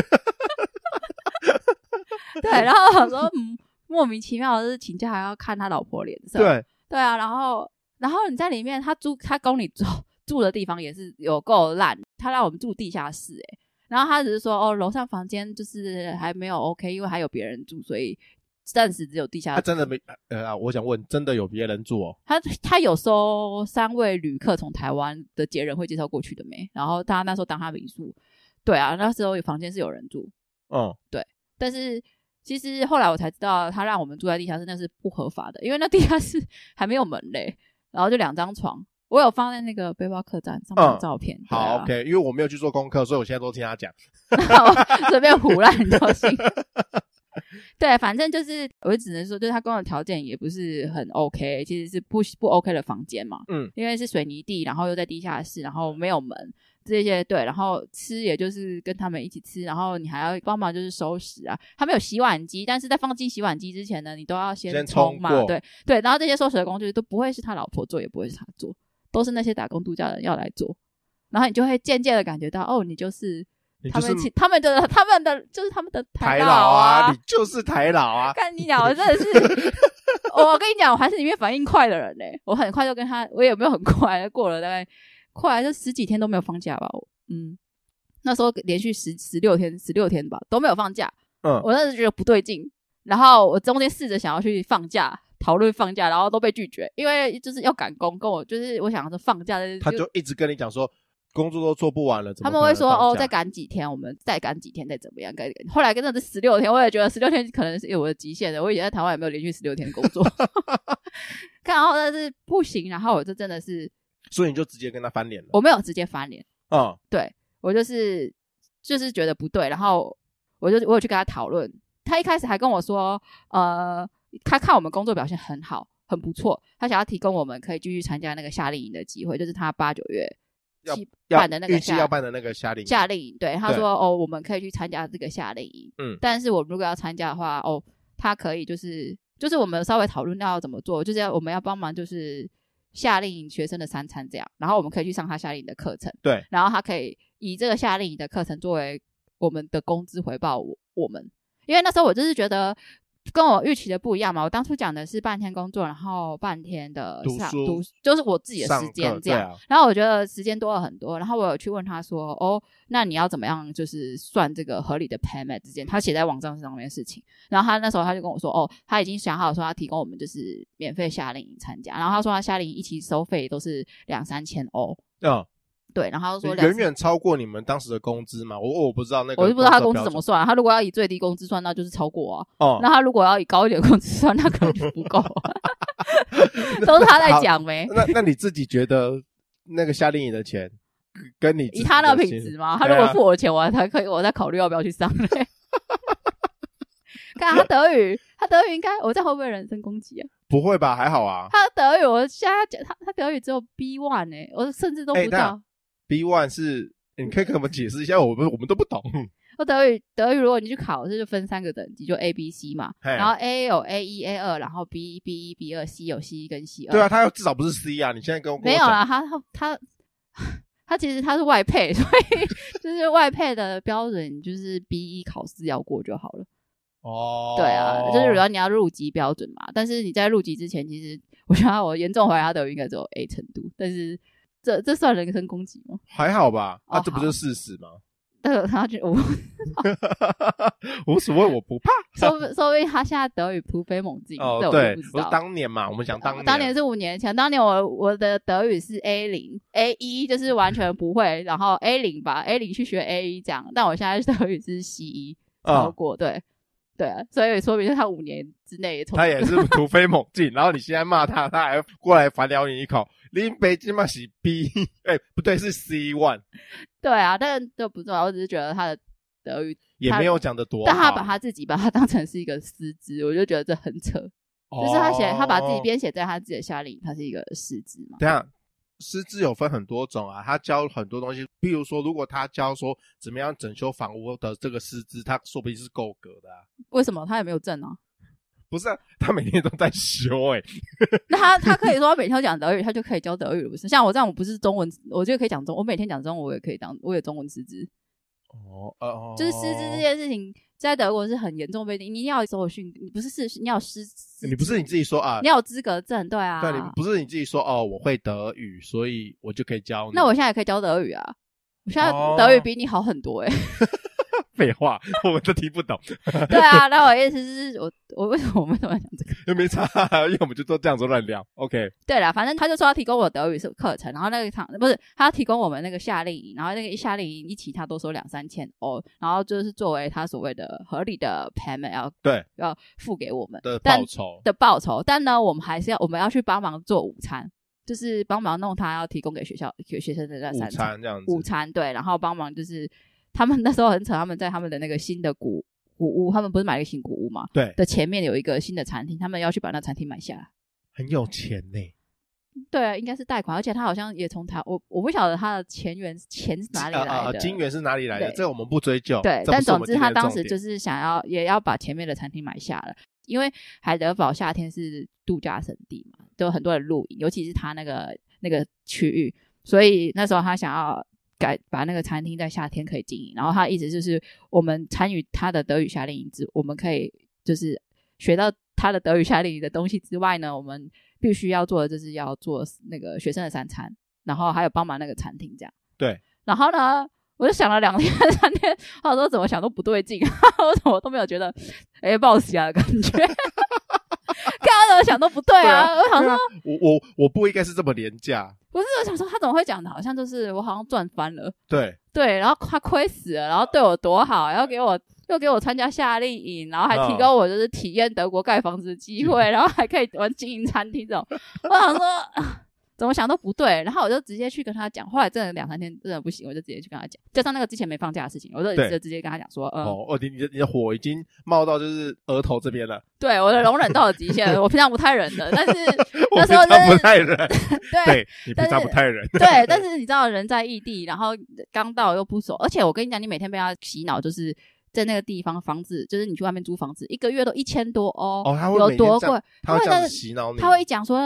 S2: [laughs]
S1: 对。然后我想说，嗯，莫名其妙就是请假还要看他老婆脸色，
S2: 对，
S1: 对啊。然后，然后你在里面，他住他供你住 [laughs] 住的地方也是有够烂，他让我们住地下室、哎。然后他只是说，哦，楼上房间就是还没有 OK，因为还有别人住，所以暂时只有地下
S2: 他、
S1: 室。
S2: 真的没呃，我想问，真的有别人住哦？
S1: 他他有收三位旅客从台湾的杰人会介绍过去的没？然后他那时候当他民宿，对啊，那时候有房间是有人住，
S2: 嗯，
S1: 但是其实后来我才知道，他让我们住在地下室那是不合法的，因为那地下室 [laughs] 还没有门嘞，然后就两张床，我有放在那个背包客栈上面的
S2: 嗯
S1: 照片，对
S2: 好、
S1: 啊
S2: o k 因为我没有去做功课，所以我现在都听他讲。
S1: 然后随便胡乱就行。 [laughs] 对，反正就是，我就只能说，就是他跟我的条件也不是很 OK，其实是不不 OK 的房间嘛。
S2: 嗯，
S1: 因为是水泥地，然后又在地下室，然后没有门这些，对，然后吃也就是跟他们一起吃，然后你还要帮忙就是收拾啊。他们有洗碗机，但是在放进洗碗机之前呢，你都要
S2: 先
S1: 冲
S2: 冲
S1: 嘛，
S2: 过
S1: 对对，然后这些收拾的工具都不会是他老婆做，也不会是他做，都是那些打工度假的人要来做。然后你就会渐渐的感觉到，哦，你就是
S2: 你
S1: 他
S2: 就
S1: 们
S2: 是
S1: 其他们的他们的就是他们的
S2: 台
S1: 佬
S2: 老
S1: 啊， [laughs]
S2: 你就是台老啊，
S1: 看你讲，我真的
S2: [laughs]
S1: 是，我跟你讲，我还是里面反应快的人呢、我很快就跟他，我也没有很快，过了大概快就十几天都没有放假吧。我嗯，那时候连续十十六天，十六天吧都没有放假。
S2: 嗯，
S1: 我当时觉得不对劲，然后我中间试着想要去放假，讨论放假，然后都被拒绝，因为就是要赶工，跟我就是我想说放假，但是
S2: 他就一直跟你讲说，工作都做不完了，怎么
S1: 他们会
S2: 可能
S1: 说
S2: 放
S1: 哦，
S2: 假
S1: 再赶几天，我们再赶几天，再怎么样？赶后来跟到这十六天，我也觉得十六天可能是有我的极限的。我以前在台湾也没有连续十六天工作， [laughs] 看然后但是不行，然后我就真的是
S2: 所以你就直接跟他翻脸了，
S1: 我没有直接翻脸，
S2: 嗯，
S1: 我就是就是觉得不对，然后我就我有去跟他讨论，他一开始还跟我说，呃，他看我们工作表现很好，很不错，他想要提供我们可以继续参加那个夏令营的机会，就是他八九月
S2: 要
S1: 七
S2: 要
S1: 办的那个
S2: 预计
S1: 夏
S2: 要办的那个夏令营
S1: 夏令营，对，他
S2: 对
S1: 说哦，我们可以去参加这个夏令营，
S2: 嗯
S1: 但是我们如果要参加的话，哦，他可以就是就是我们稍微讨论到要怎么做，就是要我们要帮忙就是夏令营学生的三餐这样，然后我们可以去上他夏令营的课程，
S2: 对，
S1: 然后他可以以这个夏令营的课程作为我们的工资回报我我们，因为那时候我就是觉得。跟我预期的不一样嘛，我当初讲的是半天工作，然后半天的
S2: 读
S1: 上
S2: 书
S1: 读，就是我自己的
S2: 上
S1: 时
S2: 课
S1: 间这
S2: 对
S1: 样。
S2: 啊，
S1: 然后我觉得时间多了很多，然后我有去问他说：“哦，那你要怎么样，就是算这个合理的 payment 之间？”他写在网站上面的事情。然后他那时候他就跟我说：“哦，他已经想好说他提供我们就是免费夏令营参加，然后他说他夏令营一期收费都是两三千欧，
S2: 嗯，
S1: 对，然后他说两
S2: 远远超过你们当时的工资嘛，我我不知道那个，
S1: 我就不知道他工资怎么，算、啊他如果要以最低工资算，那就是超过啊。
S2: 哦，
S1: 那他如果要以高一点工资算，那可能就不够、
S2: [laughs]
S1: 啊。都是他在
S2: 好
S1: 讲没？
S2: 嗯那那你自己觉得那个夏令营的钱跟跟你自己
S1: 以他那
S2: 的
S1: 品
S2: 薪
S1: 质
S2: 水
S1: 吗？他如
S2: 对
S1: 果
S2: 啊
S1: 付我钱，我才可以，我再考虑要不要去上 [laughs] 嘞。看他德语，他德语应该我在会不会人身攻击啊？
S2: 不会吧？还好啊
S1: 他德语，我现在讲他他德语只有 B one 呢、我甚至都不
S2: 哎
S1: 知
S2: 那
S1: 道。
S2: ，B one 是欸你可以跟我们解释一下，我们我们都不懂，
S1: 我德语德语，如果你去考，这就分三个等级，就 A、B、C 嘛。
S2: 嘿
S1: 然后 A 有 A 一、A 二，然后 B 一、B 一、B 二，C 有 C 一跟 C 二。
S2: 对啊，，他至少不是 C 啊，你现在跟我
S1: 呃没有啦，他他他他其实他是外配，所以 [laughs] 就是外配的标准就是 B 一考试要过就好了。
S2: 哦，
S1: 对啊，就是主要你要入籍标准嘛。但是你在入籍之前，其实我觉得我严重怀疑他德语应该只有 A 程度，但是这这算人身攻击吗？
S2: 还好吧？啊，
S1: 哦
S2: 这不就是事实吗？
S1: 但是他觉得我 [laughs]
S2: 无所谓，我不怕。
S1: 说不说不定他现在德语突飞猛进，
S2: 哦，
S1: 这我
S2: 对
S1: 就不，知
S2: 我
S1: 道
S2: 是。当年嘛，我们讲当
S1: 啊
S2: 年，
S1: 当年是五年前，当年我我的德语是 A 零 A 一，就是完全不会，然后 A 零吧 A 零去学 A 一这样，但我现在德语是 [laughs] C 一
S2: 啊
S1: 超过，对对啊，所以说明是他五年之内也从
S2: 他也是突飞猛进，然后你现在骂他，他还过来反咬你一口。林北金嘛是 B，哎、 [laughs] 不对，是 C one，
S1: 对啊，但这不重要，我只是觉得他的德语，
S2: 也
S1: 他
S2: 没有讲的多好。
S1: 但他把他自己把他 [laughs] 当成是一个师资，我就觉得这很扯。就是他写，他把自己
S2: 变。
S1: 编写在他自己的夏令营，他是一个师资嘛。
S2: 等一下，师资有分很多种啊，他教很多东西，比如说，如果他教说怎么样整修房屋的这个师资，他说不定是够格的、啊。
S1: 为什么他也没有证啊？
S2: 不是、啊，他每天都在修、欸，
S1: 那他他可以说他每天都讲德语，他就可以教德语了，不是？像我这样，我不是中文，我就可以讲中，我每天讲中文，我也可以当，我有中文师资。
S2: 哦，哦，
S1: 就是师资这件事情，在德国是很严重被定，你要受训，你不是是你要师，
S2: 你不是你自己说啊
S1: 你，要有资格证，对啊。
S2: 对，你不是你自己说哦，我会德语，所以我就可以教你。
S1: 那我现在也可以教德语啊，我现在
S2: 哦
S1: 德语比你好很多哎、
S2: 废话，我们都听不懂，
S1: [laughs] 对啊，那我意思是我我为什么我为什么要讲这个？
S2: 又没差，啊因为我们就都这样子乱聊。OK，
S1: 对啦，反正他就说要提供我德语是课程，然后那个场不是他要提供我们那个夏令营，然后那个夏令营一起他都收两三千欧，然后就是作为他所谓的合理的 payment 要
S2: 对
S1: 要付给我们
S2: 的
S1: 但
S2: 报酬，
S1: 的报酬，但呢，我们还是要我们要去帮忙做午餐，就是帮忙弄他要提供给学校给学生的那
S2: 午
S1: 三
S2: 餐这样子，
S1: 午餐对，然后帮忙就是他们那时候很扯，他们在他们的那个新的古古屋，他们不是买了一个新古屋嘛？
S2: 对，
S1: 的前面有一个新的餐厅，他们要去把那餐厅买下来。
S2: 很有钱呢、
S1: 对，应该是贷款，而且他好像也从台，我我不晓得他的钱源钱是哪里来的。
S2: 呃呃，金源是哪里来的？
S1: 对
S2: 这我们不追究。
S1: 对，
S2: 这不
S1: 但
S2: 是我
S1: 总
S2: 们
S1: 之
S2: 今天
S1: 他
S2: 的
S1: 当
S2: 重
S1: 时就
S2: 点
S1: 是想要也要把前面的餐厅买下了，因为海德堡夏天是度假胜地嘛，都有很多人露营，尤其是他那个那个区域，所以那时候他想要改把那个餐厅在夏天可以经营，然后他一直就是我们参与他的德语夏令营之，我们可以就是学到他的德语夏令营的东西之外呢，我们必须要做的就是要做那个学生的三餐，然后还有帮忙那个餐厅这样。
S2: 对，
S1: 然后呢，我就想了两天 [laughs] 三天，我说怎么想都不对劲， [laughs] 我怎么都没有觉得哎报喜啊的感觉， [laughs] 看他怎么想都不对啊，
S2: 对
S1: 我想
S2: 对
S1: 说
S2: 啊我我我不应该是这么廉价。
S1: 不是，我想说他怎么会讲的，好像就是我好像赚翻了。
S2: 对，
S1: 对，然后他亏死了，然后对我多好，然后给我又给我参加夏令营，然后还
S2: 哦
S1: 提供我就是体验德国盖房子的机会，然后还可以玩经营餐厅这种。我想说 [laughs] 啊怎么想都不对，然后我就直接去跟他讲。后来真的两三天真的不行，我就直接去跟他讲，加上那个之前没放假的事情，我就
S2: 对
S1: 直接跟他讲说，嗯，
S2: 哦，哦，你你的你的火已经冒到就是额头这
S1: [laughs]
S2: 边了，
S1: 对，我的容忍到了极限，我平常不太忍的，
S2: [laughs]
S1: 但是
S2: 我
S1: 那
S2: 平
S1: 时候
S2: 常不
S1: 真的
S2: 太忍，
S1: 对
S2: 对你平常不太忍， [laughs]
S1: 对，但是你知道人在异地，然后刚到又不熟，而且我跟你讲，你每天被他洗脑，就是在那个地方房子，就是你去外面租房子，一个月都一千多欧，
S2: 哦他会每
S1: 有
S2: 天
S1: 多
S2: 这样
S1: 贵？
S2: 他会这样
S1: 那
S2: 子洗脑你，
S1: 他会讲说，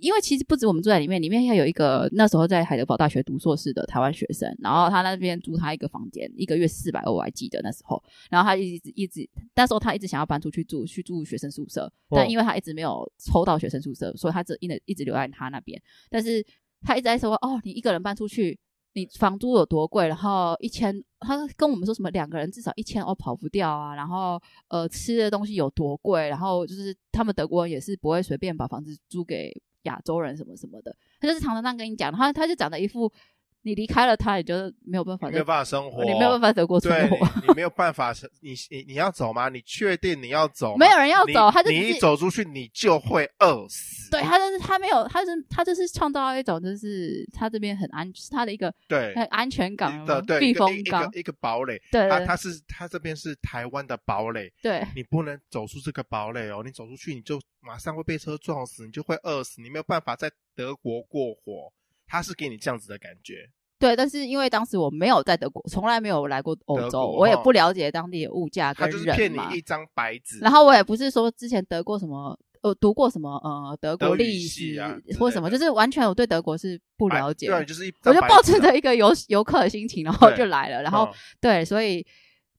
S1: 因为其实不止我们住在里面，里面还有一个那时候在海德堡大学读硕士的台湾学生，然后他那边租他一个房间，一个月四百欧，我还记得那时候，然后他一直一直那时候他一直想要搬出去住，去住学生宿舍，但因为他一直没有抽到学生宿舍，所以他只一直一直留在他那边，但是他一直在说，哦，你一个人搬出去。你房租有多贵？然后一千，他跟我们说什么两个人至少一千欧跑不掉啊。然后呃吃的东西有多贵，然后就是他们德国人也是不会随便把房子租给亚洲人什么什么的，他就是常常这样跟你讲，他他就讲的一副你离开了他，你就没有办法
S2: 你没有
S1: 在，
S2: 办法生活，
S1: 你没有办法
S2: 法
S1: 在德国生
S2: 对
S1: 活，
S2: 你，你没有办法，你你你要走吗？你确定你要走吗？
S1: 没有人要
S2: 你
S1: 走，他就
S2: 你
S1: 只
S2: 一
S1: 是
S2: 走出去，你就会饿死。
S1: 对他就是他没有，他是他就是创造一种就是他这边很安，是他的一个
S2: 对
S1: 很安全港
S2: 的，对，
S1: 避
S2: 一个
S1: 风
S2: 一个
S1: 港
S2: 一，个一个堡垒，
S1: 对
S2: 他
S1: 对
S2: 他是他这边是台湾的堡垒，
S1: 对
S2: 你不能走出这个堡垒哦，你走出去你就马上会被车撞死，你就会饿死，你没有办法在德国过活。他是给你这样子的感觉，
S1: 对，但是因为当时我没有在德国，从来没有来过欧
S2: 德
S1: 洲，
S2: 国
S1: 我也
S2: 哈
S1: 不了解当地的物价
S2: 他
S1: 啊跟
S2: 就是骗
S1: 人
S2: 你
S1: 嘛，
S2: 一张白纸。
S1: 然后我也不是说之前得过什么，呃，读过什么呃德
S2: 德
S1: 国
S2: 语
S1: 历
S2: 系
S1: 史、
S2: 啊之类
S1: 或什么，
S2: 的
S1: 就是完全我对德国是不
S2: 不
S1: 了解。
S2: 啊对，就是一
S1: 我
S2: 张
S1: 就
S2: 白
S1: 抱
S2: 纸
S1: 持
S2: 啊
S1: 着一个游游客的心情，然后
S2: 对
S1: 就来了，然后、
S2: 嗯
S1: 对，所以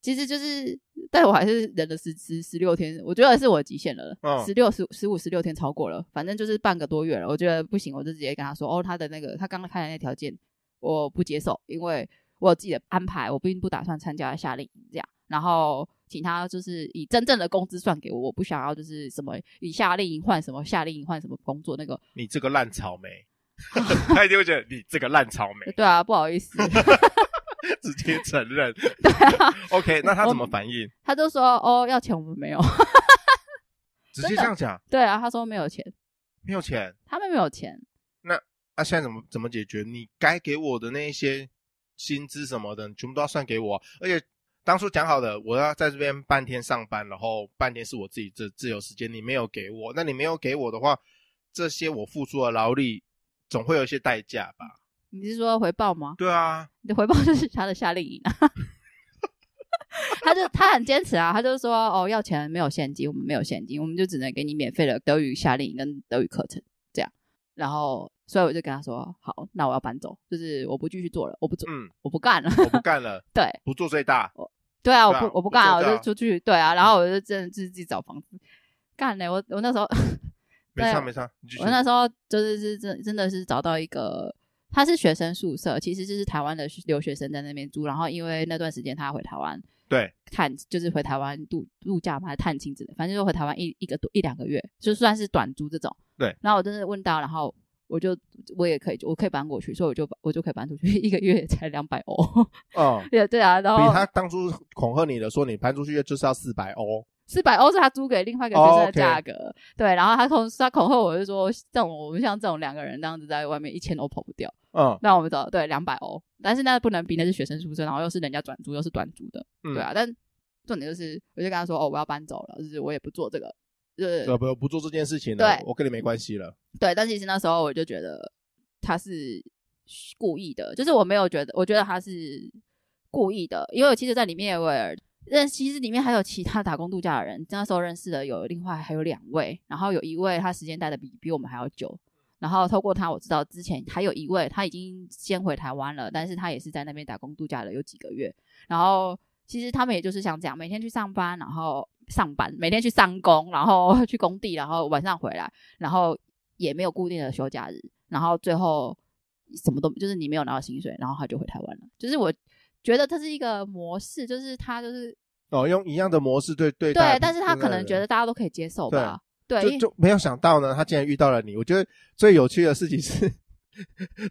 S1: 其实就是，但我还是忍了十十十六天，我觉得是我的极限了
S2: 嗯，
S1: 十六十十五十六天超过了，反正就是半个多月了，我觉得不行，我就直接跟他说，哦，他的那个他刚刚开的那条件我不接受，因为我有自己的安排，我并不打算参加夏令营这样，然后。请他就是以真正的工资算给我，我不想要就是什么以夏令营换什么夏令营换什么工作那个，
S2: 你这个烂草莓， [laughs] 他一定会觉得你这个
S1: [laughs]
S2: 烂草莓，
S1: 对啊，不好意思，
S2: 直接承认。
S1: 对啊，
S2: OK，那他
S1: 我
S2: 怎么反应？
S1: 他就说哦要钱我们没有， [laughs]
S2: 直
S1: 真
S2: 接这
S1: 的
S2: 样讲，
S1: 对啊，他说没有钱，
S2: 没有钱，
S1: 他们没有钱，
S2: 那、现在怎么怎么解决？你该给我的那一些薪资什么的，你全部都要算给我啊、而且当初讲好的，我要在这边半天上班，然后半天是我自己这自由时间，你没有给我，那你没有给我的话，这些我付出的劳力，总会有一些代价吧？
S1: 你是说回报吗？
S2: 对啊，
S1: 你的回报 [laughs] 就是他的夏令营啊。 [laughs] 他就他很坚持啊，他就说哦要钱没有现金，我们没有现金，我们就只能给你免费的德语夏令营跟德语课程这样。然后所以我就跟他说好，那我要搬走，就是我不继续做了，我不做，
S2: 嗯，
S1: 我不干了。 [laughs]
S2: 我不干了，
S1: 对
S2: 不做最大，
S1: 对啊，我
S2: 对啊
S1: 不我不干了，
S2: 我
S1: 我
S2: 知道嗯
S1: 就出去。对啊，然后我就真的就是自己找房子干嘞、我我那时候
S2: 没
S1: 对
S2: 差
S1: 啊
S2: 没差，你继续
S1: 我。那时候就是是真真的是找到一个，他是学生宿舍，其实就是台湾的留学生在那边住。然后因为那段时间他回台湾
S2: 对，
S1: 探，就是回台湾度度假嘛，还是探亲之类，反正就回台湾一一个多一两个月，就算是短租这种。
S2: 对。
S1: 然后我真的问到，然后我就我也可以，我可以搬过去，所以我就我就可以搬出去，一个月才两百欧。 [laughs]
S2: 嗯，
S1: 对对啊，然
S2: 比
S1: 后
S2: 他当初恐吓你的说你搬出去就是要四百欧，
S1: 四百欧是他租给另外一个学生的
S2: 哦
S1: 价格。对，然后他恐他恐吓我就说，这种我们像这种两个人这样子在外面一千欧跑不掉。
S2: 嗯
S1: 那我们找对两百欧，但是那不能比，那是学生宿舍，然后又是人家转租，又是短租的，
S2: 嗯，
S1: 对啊。但重点就是，我就跟他说，哦，我要搬走了，就是我也不做这个，就是
S2: 对，呃不不做这件事情了
S1: 对，
S2: 我跟你没关系了。
S1: 对，但其实那时候我就觉得他是故意的，就是我没有觉得，我觉得他是故意的，因为我其实，在里面我也认，其实里面还有其他打工度假的人，那时候认识的有另外还有两位，然后有一位他时间待的比比我们还要久。然后透过他，我知道之前还有一位他已经先回台湾了，但是他也是在那边打工度假了有几个月。然后其实他们也就是像这样，每天去上班，然后上班，每天去上工，然后 [laughs] 去工地，然后晚上回来，然后也没有固定的休假日，然后最后什么都就是你没有拿到薪水，然后他就回台湾了。就是我觉得这是一个模式，就是他就是
S2: 哦，用一样的模式对对待
S1: 对，但是他
S2: 对待
S1: 可能
S2: 人
S1: 觉得大家都可以接受吧，对，因
S2: 就就没有想到呢，他竟然遇到了你。我觉得最有趣的事情是，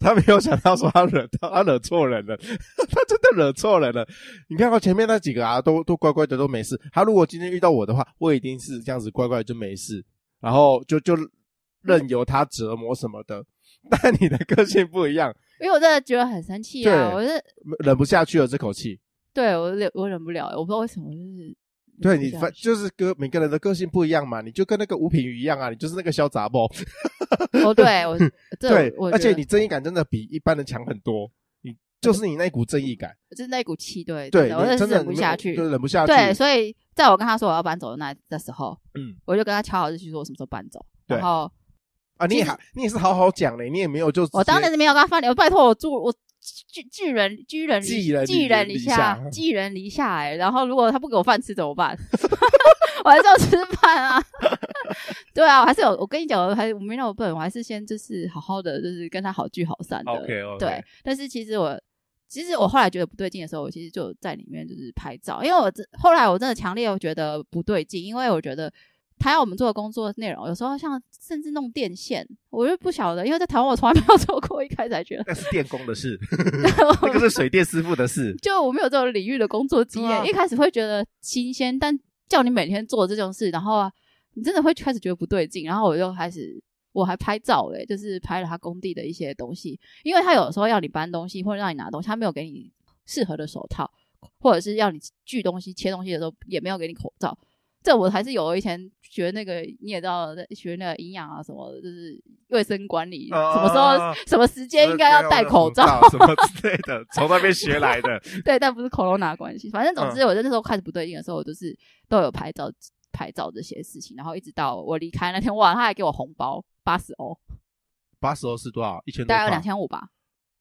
S2: 他没有想到说他惹到他惹错人了，他真的惹错人了。你看到前面那几个啊，都都乖乖的都没事。他如果今天遇到我的话，我一定是这样子乖乖的就没事，然后就就任由他折磨什么的。但你的个性不一样，
S1: 因为我真的觉得很生气啊，
S2: 对
S1: 我是
S2: 忍不下去了这口气。
S1: 对我忍我忍不了，欸我不知道为什么就是
S2: 对你
S1: 这样
S2: 反就是跟每个人的个性不一样嘛，你就跟那个吴品瑜一样啊，你就是那个小杂包。
S1: 哦，对
S2: [laughs]
S1: 我这
S2: 对
S1: 我，
S2: 而且
S1: 觉得
S2: 你正义感真的比一般人强很多，你就是你那一股正义感，
S1: 就是那股气，对
S2: 对，
S1: 我
S2: 你
S1: 是
S2: 真的
S1: 忍不下去，
S2: 就忍不下去。
S1: 对，所以在我跟他说我要搬走的那那时候，
S2: 嗯，
S1: 我就跟他敲好日期说我什么时候搬走，
S2: 对
S1: 然后
S2: 啊，你也
S1: 其实
S2: 好你也是好好讲嘞，你也没有就直接
S1: 我当然是没有跟他翻脸，我拜托我住我拒拒人居人
S2: 寄人
S1: 寄人
S2: 篱
S1: 篱
S2: 篱下
S1: 寄人篱下哎、然后如果他不给我饭吃怎么办？ [laughs] 我还是要吃饭啊。对啊，我还是有，我跟你讲，我还我没那么笨，我还是先就是好好的，就是跟他好聚好散的。
S2: OK，OK
S1: 对，但是其实我。其实我后来觉得不对劲的时候，我其实就在里面就是拍照，因为我真后来我真的强烈我觉得不对劲，因为我觉得他要我们做的工作内容，有时候像甚至弄电线，我就不晓得，因为在台湾我从来没有做过，一开始还觉得 [laughs]
S2: 那是电工的事，
S1: 我
S2: 那个是水电师傅
S1: [laughs]
S2: 的事。
S1: 就我没有这种领域的工作经验，
S2: 对啊
S1: 一开始会觉得新鲜，但叫你每天做这种事，然后啊，你真的会开始觉得不对劲，然后我就开始。我还拍照嘞、就是拍了他工地的一些东西，因为他有时候要你搬东西或者让你拿东西，他没有给你适合的手套，或者是要你锯东西、切东西的时候也没有给你口罩。这我还是有以前学那个你也知道，在学那个营养啊什么的，就是卫生管理，
S2: 啊
S1: 什么时候、什么时间应该要戴口罩， [laughs]
S2: 什么之类的，从那边学来的。
S1: 对，但不是 corona 的关系。反正
S2: 嗯
S1: 总之，我在那时候开始不对劲的时候，我就是都有拍照拍照这些事情，然后一直到我离开那天，哇，他还给我红包八十欧，
S2: 八十欧是多少？一千多
S1: 大概
S2: 块。
S1: 两千五吧。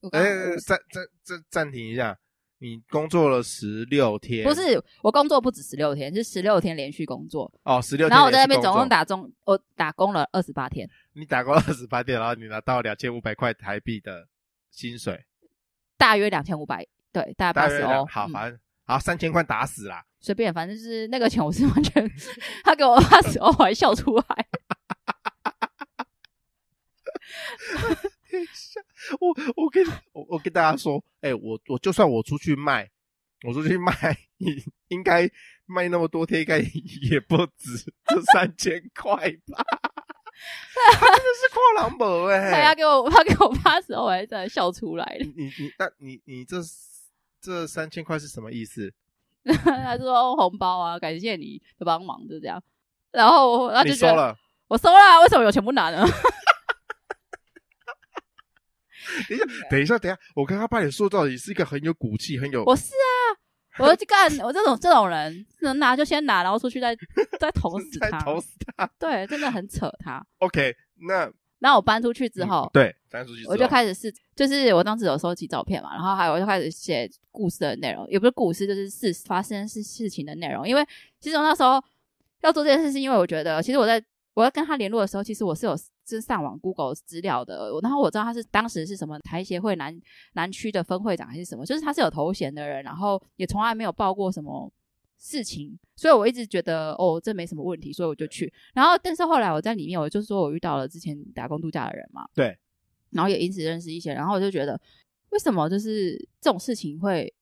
S1: 我刚
S2: 哎，暂暂暂暂停一下，你工作了十六天，
S1: 不是我工作不止十六天，是十六天连续工作，
S2: 哦，十六。
S1: 然后我在那边总共，打中我打工了二十八天，
S2: 你打过二十八天，然后你拿到两千五百块台币的薪水，
S1: 大约两千五百，对，大概
S2: 大
S1: 八
S2: 约
S1: 十
S2: 两
S1: 欧，
S2: 好，
S1: 嗯
S2: 反正好三千块打死啦。
S1: 随便，反正就是那个钱我是完全，他给我八十欧，我还笑出来。
S2: 我我跟我我跟大家说，哎、我我就算我出去卖，我出去卖，应该卖那么多天，应该也不止这三千块吧？他真的是跨狼博
S1: 他要
S2: 哎！
S1: 给我，他给我八十欧，我还真的笑出来了。
S2: 你你你，那你你这这三千块是什么意思？
S1: [laughs] 他就说、哦、红包啊，感谢你的帮忙，就这样。然后他
S2: 你
S1: 啊就觉
S2: 收
S1: 得
S2: 了，
S1: 我收了，啊为什么有钱不
S2: [laughs]
S1: 拿呢？
S2: 等一下，等一下，等一下，我刚刚把你说到底是一个很有骨气、很有
S1: 我是啊，我就干我这种这种人，能拿就先拿，然后出去再再捅
S2: [laughs]
S1: 死
S2: 在
S1: 他。
S2: 投死他。
S1: 对，真的很扯他。
S2: OK，那
S1: 然后我搬出去之后，
S2: 对，搬出去之后
S1: 我就开始是，就是我当时有收集照片嘛，然后还有我就开始写故事的内容，也不是故事，就是事发生事事情的内容。因为其实我那时候要做这件事，是因为我觉得，其实我在我要跟他联络的时候，其实我是有就是上网 Google 资料的，我然后我知道他是当时是什么台协会南南区的分会长还是什么，就是他是有头衔的人，然后也从来没有报过什么。事情，所以我一直觉得哦，这没什么问题，所以我就去。然后，但是后来我在里面，我就说我遇到了之前打工度假的人嘛，然后也因此认识一些人，然后我就觉得为什么就是这种事情会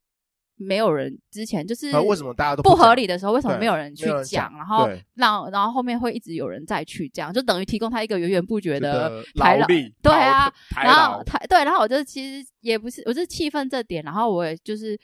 S1: 没有人之前就是
S2: 啊为什么大家都
S1: 不
S2: 讲
S1: 合理的时候，为什么
S2: 对
S1: 没有人去
S2: 没有人
S1: 讲，
S2: 讲
S1: 然后
S2: 对
S1: 让然后后面会一直有人再去讲，就等于提供他一个源源不绝
S2: 这
S1: 的
S2: 个
S1: 排
S2: 劳力？
S1: 对啊
S2: 劳，排
S1: 然后
S2: 劳
S1: 他对，然后我就其实也不是，我是气愤这点，然后我也就是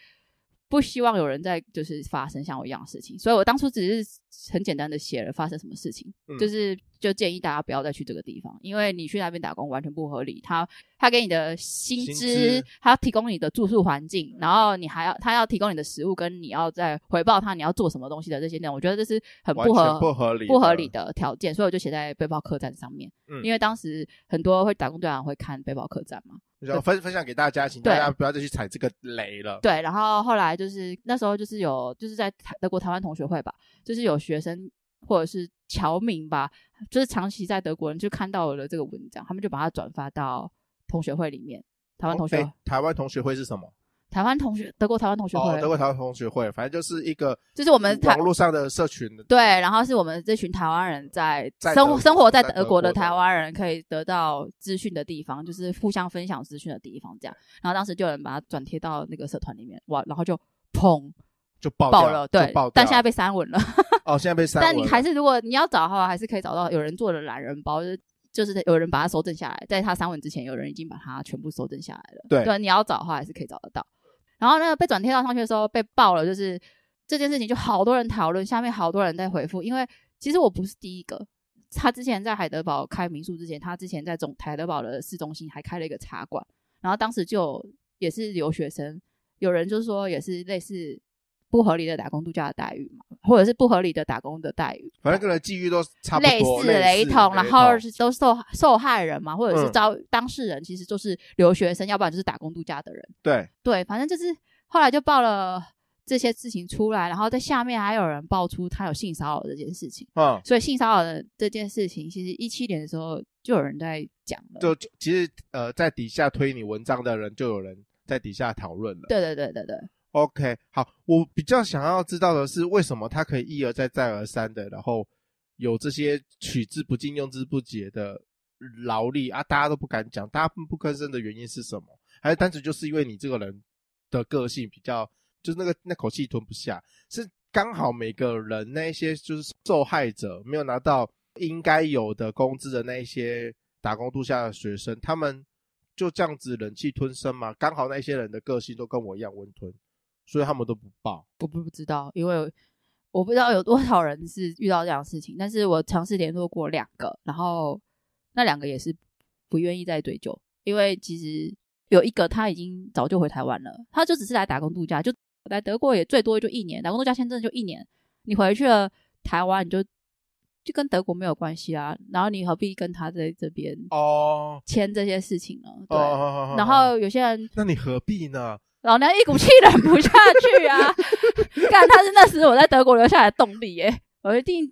S1: 不希望有人在就是发生像我一样的事情，所以我当初只是很简单的写了发生什么事情，
S2: 嗯
S1: 就是就建议大家不要再去这个地方，因为你去那边打工完全不合理。他他给你的薪
S2: 薪
S1: 资
S2: 资，
S1: 他要提供你的住宿环境，然后你还要他要提供你的食物，跟你要再回报他你要做什么东西的这些内容，我觉得这是很
S2: 完
S1: 不合
S2: 全不合理，
S1: 不合理。的条件，所以我就写在背包客栈上面，
S2: 嗯
S1: 因为当时很多会打工队长会看背包客栈嘛。
S2: 然后分分享给大家，请大家不要再去踩这个雷了。
S1: 对，然后后来就是那时候就是有就是在台德国台湾同学会吧，就是有学生或者是侨民吧，就是长期在德国人就看到了这个文章，他们就把它转发到同学会里面。台湾同学，
S2: 哎台湾同学会是什么？
S1: 台湾同学，德国台湾同学会，
S2: 哦，德国台哦湾同学会，反正就是一个
S1: 就是我们台
S2: 网络上的社群。
S1: 对，然后是我们这群台湾人在
S2: 在
S1: 生
S2: 德
S1: 活
S2: 国
S1: 生活在
S2: 在
S1: 德
S2: 德
S1: 国
S2: 国
S1: 的
S2: 的
S1: 台湾人可以得到资讯的地方，就是互相分享资讯的地方，这样。然后当时就有人把它转贴到那个社团里面，哇，然后就砰
S2: 就爆
S1: 爆
S2: 掉
S1: 了，
S2: 就
S1: 对
S2: 爆掉。，
S1: 但现在被删文了。
S2: 哦，现在被删文
S1: 但
S2: 了。
S1: 你还是如果你要找的话，还是可以找到有人做的懒人包，就是就是有人把它收正下来，在他删文之前，有人已经把它全部收正下来了。
S2: 对
S1: 对，你要找的话还是可以找得到。然后那个被转贴到上去的时候被爆了，就是这件事情就好多人讨论，下面好多人在回复，因为其实我不是第一个。他之前在海德堡开民宿之前，他之前在总海德堡的市中心还开了一个茶馆，然后当时就有也是留学生，有人就说也是类似不合理的打工度假的待遇嘛，或者是不合理的打工的待遇，哦
S2: 反正跟人际遇都差不
S1: 类
S2: 多，
S1: 似
S2: 类
S1: 雷同，然后是都是受受害人嘛，或者是
S2: 嗯
S1: 遭当事人其实就是留学生，要不然就是打工度假的人。
S2: 对，
S1: 对，反正就是后来就报了这些事情出来，然后在下面还有人爆出他有性骚扰这件事情，
S2: 嗯，
S1: 所以性骚扰的这件事情，其实一七年的时候就有人在讲了。
S2: 就就其实呃，在底下推你文章的人，就有人在底下讨论了。
S1: 对对对对对，
S2: OK，好，我比较想要知道的是，为什么他可以一而再、再而三的，然后有这些取之不尽、用之不竭的劳力啊，大家都不敢讲，大家不吭声的原因是什么？还是单纯就是因为你这个人的个性比较，就是那个那口气吞不下，是刚好每个人那一些就是受害者没有拿到应该有的工资的那一些打工度假的学生，他们就这样子忍气吞声吗？刚好那些人的个性都跟我一样温吞，所以他们都不报。
S1: 我不不知道，因为我不知道有多少人是遇到这样的事情，但是我尝试联络过两个，然后那两个也是不愿意再追究，因为其实有一个他已经早就回台湾了，他就只是来打工度假，就来德国也最多就一年，打工度假签证就一年，你回去了台湾你就就跟德国没有关系啊，然后你何必跟他在这边
S2: 哦，
S1: 签这些事情呢？对，
S2: 哦
S1: 然后有些人
S2: 那你何必呢？
S1: 老娘一股气忍不下去啊！ [laughs] 干，他是那时我在德国留下来的动力耶、我一定真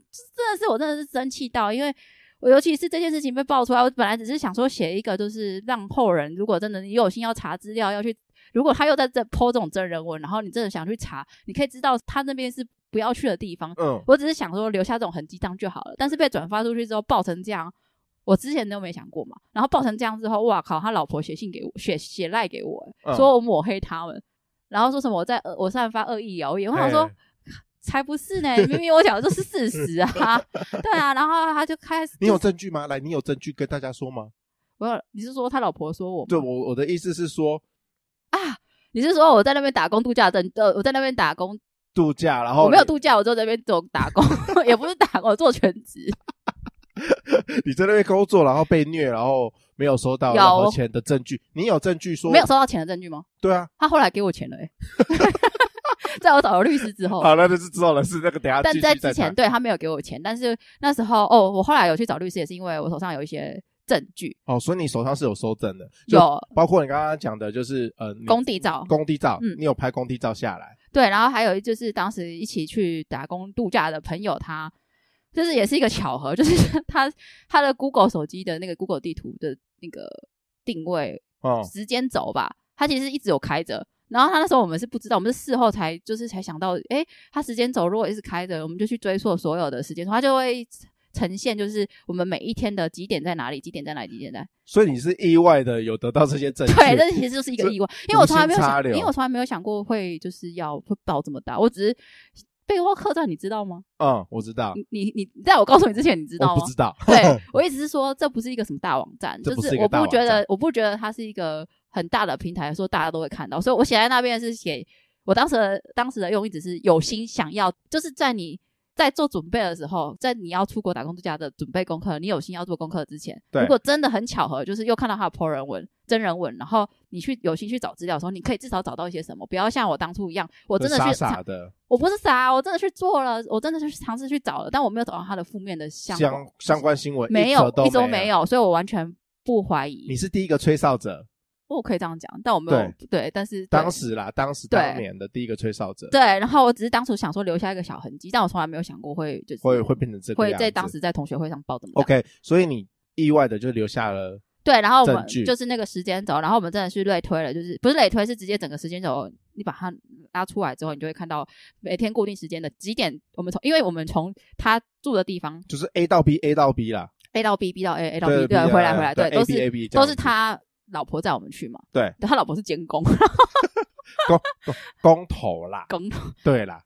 S1: 的是我真的是生气到，因为我尤其是这件事情被爆出来，我本来只是想说写一个，就是让后人如果真的你有心要查资料要去，如果他又在这剖这种真人文，然后你真的想去查，你可以知道他那边是不要去的地方。
S2: 嗯，
S1: 我只是想说留下这种痕迹当就好了，但是被转发出去之后爆成这样，我之前都没想过嘛。然后爆成这样之后，哇靠，他老婆写信给我，写写赖给我、欸
S2: 嗯
S1: 说我抹黑他们，然后说什么我在恶我散发恶意谣言，我想说
S2: 嘿。
S1: 才不是呢！明明我讲的就是事实啊，对啊，然后他就开始，
S2: 你有证据吗？来，你有证据跟大家说吗？
S1: 我有你是说他老婆说我吗
S2: 对我我的意思是说，
S1: 啊？你是说我在那边打工度假证？呃，我在那边打工，
S2: 度假，然后
S1: 我没有
S2: 你
S1: 度假，我就在那边做打工， [laughs] 也不是打工，我做全职。
S2: 你在那边工作，然后被虐，然后没有收
S1: 有
S2: 到任何钱的证据，你有证据说
S1: 没有？收到钱的证据吗？
S2: 对啊，
S1: 他后来给我钱了、
S2: [laughs]
S1: 欸， [laughs] 在我找了律师之后，
S2: 好，那就是知道了，是那个等下
S1: 但
S2: 继续
S1: 在
S2: 再
S1: 之前
S2: 谈，
S1: 对他没有给我钱，但是那时候哦，我后来有去找律师，也是因为我手上有一些证据，
S2: 哦，所以你手上是有收证的，就
S1: 有
S2: 包括你刚刚讲的，就是呃你
S1: 工地照
S2: 工地照
S1: 嗯，
S2: 你有拍工地照下来，
S1: 对，然后还有就是当时一起去打工度假的朋友他。就是也是一个巧合，就是 [laughs] 他他的 Google 手机的那个 Google 地图的那个定位
S2: 哦，
S1: 时间轴吧，他其实一直有开着。然后他那时候我们是不知道，我们是事后才就是才想到，诶，他时间轴如果一直开着，我们就去追溯所有的时间轴，他就会呈现就是我们每一天的几点在哪里，几点在哪里，几点在哪里。
S2: 所以你是意外的有得到这些证据，
S1: 对，这其实就是一个意外，因为我从来没有
S2: 无心
S1: 想，
S2: 插柳
S1: 因为我从来没有想过会就是要会爆这么大，我只是。背包客栈，你知道吗？
S2: 嗯，我知道，
S1: 你你你在我告诉你之前，你知道
S2: 我
S1: 吗
S2: 不？知 [laughs] 道，
S1: 对我意思是说，这不是一个什么大网站，
S2: 这
S1: 就
S2: 不是一个
S1: 我
S2: 大
S1: 不
S2: 网
S1: 觉得
S2: 站，
S1: 我不觉得它是一个很大的平台，说大家都会看到，所以我写在那边是写，我当时的当时的用意只是有心想要，就是在你在做准备的时候，在你要出国打工度假的准备功课，你有心要做功课之前，哦
S2: 对
S1: 如果真的很巧合，就是又看到他的 po 人文、真人文，然后你去有心去找资料的时候，你可以至少找到一些什么，不要像我当初一样，我真的
S2: 傻
S1: 去
S2: 傻的
S1: 我不是傻，我真的去做了，我真的去尝试去找了，但我没有找到他的负面的相关
S2: 相相关新闻
S1: 没
S2: 一
S1: 有
S2: 则都
S1: 一周
S2: 没
S1: 没。有，所以我完全不怀疑
S2: 你。是第一个吹哨者，
S1: 我可以这样讲，但我没有对但是对
S2: 当时啦，当时
S1: 对
S2: 当年的第一个吹哨者，
S1: 对，然后我只是当初想说留下一个小痕迹，但我从来没有想过会就是
S2: 会会变成这个
S1: 会
S2: 样
S1: 在
S2: 子。
S1: 当时在同学会上报这么大
S2: OK，所以你意外的就留下了，
S1: 对，然后我们
S2: 证据
S1: 就是那个时间轴，然后我们真的是类推了，就是不是类推，是直接整个时间轴你把它拉出来之后，你就会看到每天固定时间的几点，我们从因为我们从他住的地方
S2: 就是 A 到 B，A 到 B 啦，
S1: A 到 B，B 到 A，A 到
S2: 对
S1: B，对，
S2: B
S1: 回来
S2: 啊
S1: 回来，
S2: 对
S1: 对，都
S2: A B
S1: 是
S2: A B 这
S1: 都
S2: 样
S1: 是
S2: 子
S1: 他老婆载我们去嘛，
S2: 对，
S1: 他老婆是监
S2: [laughs]
S1: 工，
S2: 公公公投啦，
S1: 工头
S2: 对啦，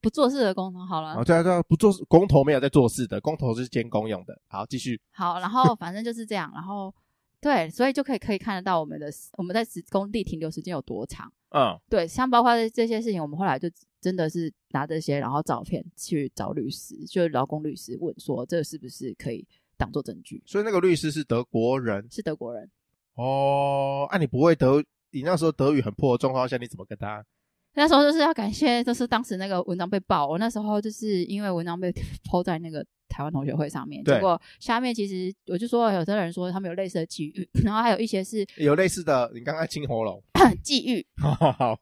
S1: 不做事的工头，好了，
S2: 哦对啊对啊，不做事公投没有在做事的，公投是监工用的。好，继续，
S1: 好，然后反正就是这样，然后对，所以就可以可以看得到我们的我们在时工地停留时间有多长。
S2: 嗯，
S1: 对，像包括这这些事情，我们后来就真的是拿这些，然后照片去找律师，就是劳工律师问说这是不是可以当做证据？
S2: 所以那个律师是德国人
S1: 是德国人，
S2: 哦，啊，你不会德，你那时候德语很破的状况下，你怎么跟他？
S1: 那时候就是要感谢，就是当时那个文章被爆，我那时候就是因为文章被 [laughs] 抛在那个台湾同学会上面，
S2: 对
S1: 结果下面其实我就说有的人说他们有类似的际遇， [coughs] 然后还有一些是
S2: 有类似的，你刚刚清喉咙，
S1: 际遇
S2: 好好好，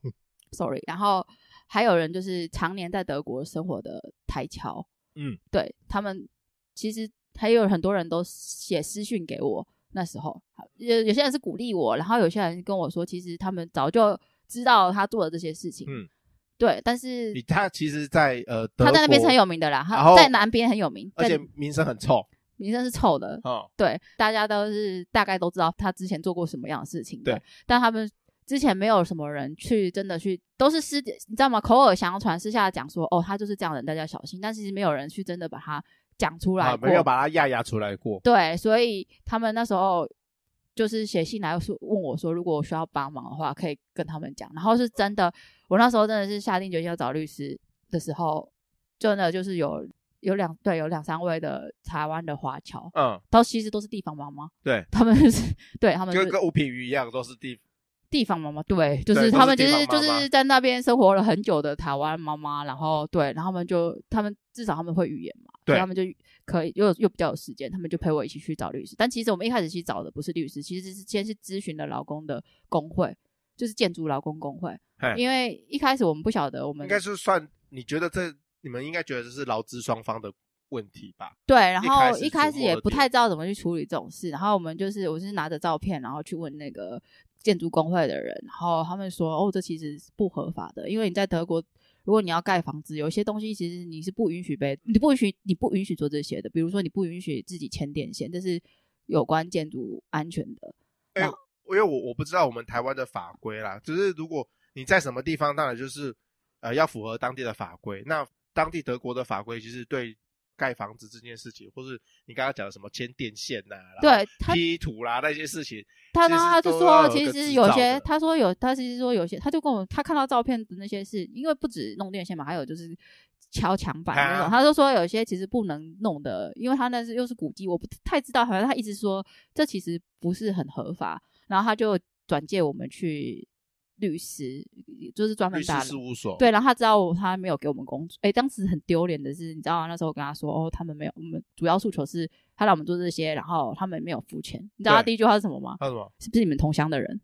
S1: ，sorry，然后还有人就是常年在德国生活的台侨，
S2: 嗯，
S1: 对他们其实还有很多人都写私讯给我，那时候有有些人是鼓励我，然后有些人跟我说，其实他们早就知道他做的这些事情，
S2: 嗯，
S1: 对，但是
S2: 你他其实在呃，德
S1: 他在那边是
S2: 国
S1: 很有，名的啦，
S2: 然
S1: 他
S2: 后
S1: 在南边很有名，
S2: 而且
S1: 在
S2: 名声很臭，
S1: 名声是臭的，
S2: 哦，
S1: 对，大家都是大概都知道他之前做过什么样的事情的
S2: 对，
S1: 但他们之前没有什么人去真的去，都是私底，你知道吗？口耳相传，私下讲说，哦，他就是这样的人，大家小心。但其实没有人去真的把他讲出来
S2: 啊，
S1: 过，
S2: 没有把他压压出来过，
S1: 对，所以他们那时候就是写信来说问我说，如果我需要帮忙的话，可以跟他们讲。然后是真的，我那时候真的是下定决心要找律师的时候，真的就是有有两对有两三位的台湾的华侨，
S2: 嗯，
S1: 都其实都是地方妈妈，
S2: 对
S1: 他们嗯就是对他们就
S2: 就是跟吴品瑜一样，都是地
S1: 地方妈妈，对，就
S2: 对
S1: 是
S2: 都
S1: 他
S2: 是
S1: 们就
S2: 地
S1: 是
S2: 方
S1: 就
S2: 妈妈
S1: 是在那边生活了很久的台湾妈妈，然后对，然后他们就他们至少他们会语言嘛，所
S2: 对
S1: 以他们就可以又又比较有时间，他们就陪我一起去找律师。但其实我们一开始去找的不是律师，其实是先是咨询了劳工的工会，就是建筑劳工工会
S2: 嘿，
S1: 因为一开始我们不晓得我们
S2: 应该是算，你觉得这你们应该觉得这是劳资双方的问题吧？
S1: 对，然
S2: 一
S1: 后
S2: 开始
S1: 一开
S2: 琢
S1: 始
S2: 磨
S1: 也
S2: 的
S1: 不
S2: 点
S1: 太知道怎么去处理这种事，然后我们就是我是拿着照片，然后去问那个建筑工会的人，然后他们说哦，这其实是不合法的，因为你在德国，如果你要盖房子，有一些东西其实你是不允许被，你不允许你不允许做这些的，比如说你不允许自己牵电线，这是有关建筑安全的。
S2: 因为我我不知道我们台湾的法规啦，就是如果你在什么地方，当然就是呃要符合当地的法规。那当地德国的法规其实对盖房子这件事情，或是你刚刚讲的什么牵电线呐、然后
S1: 对他
S2: 批土啦那些事情，
S1: 他
S2: 其
S1: 然
S2: 实
S1: 后他就
S2: 都要
S1: 说，
S2: 有
S1: 其
S2: 个
S1: 实
S2: 执
S1: 有
S2: 照
S1: 些
S2: 的
S1: 他说有，他其实说有些，他就跟我他看到照片的那些是，因为不止弄电线嘛，还有就是敲墙板那种，
S2: 啊
S1: 他就说有些其实不能弄的，因为他那是又是古迹，我不太知道，好像他一直说这其实不是很合法，然后他就转介我们去律师，就是专门
S2: 律师
S1: 打
S2: 事务所
S1: 对，然后他知道我他没有给我们工作，哎，当时很丢脸的是，你知道吗？那时候我跟他说，哦，他们没有，我们主要诉求是他让我们做这些，然后他们没有付钱。你知道他
S2: 对
S1: 第一句话是什么吗？
S2: 还有什么
S1: 是不是你们同乡的人？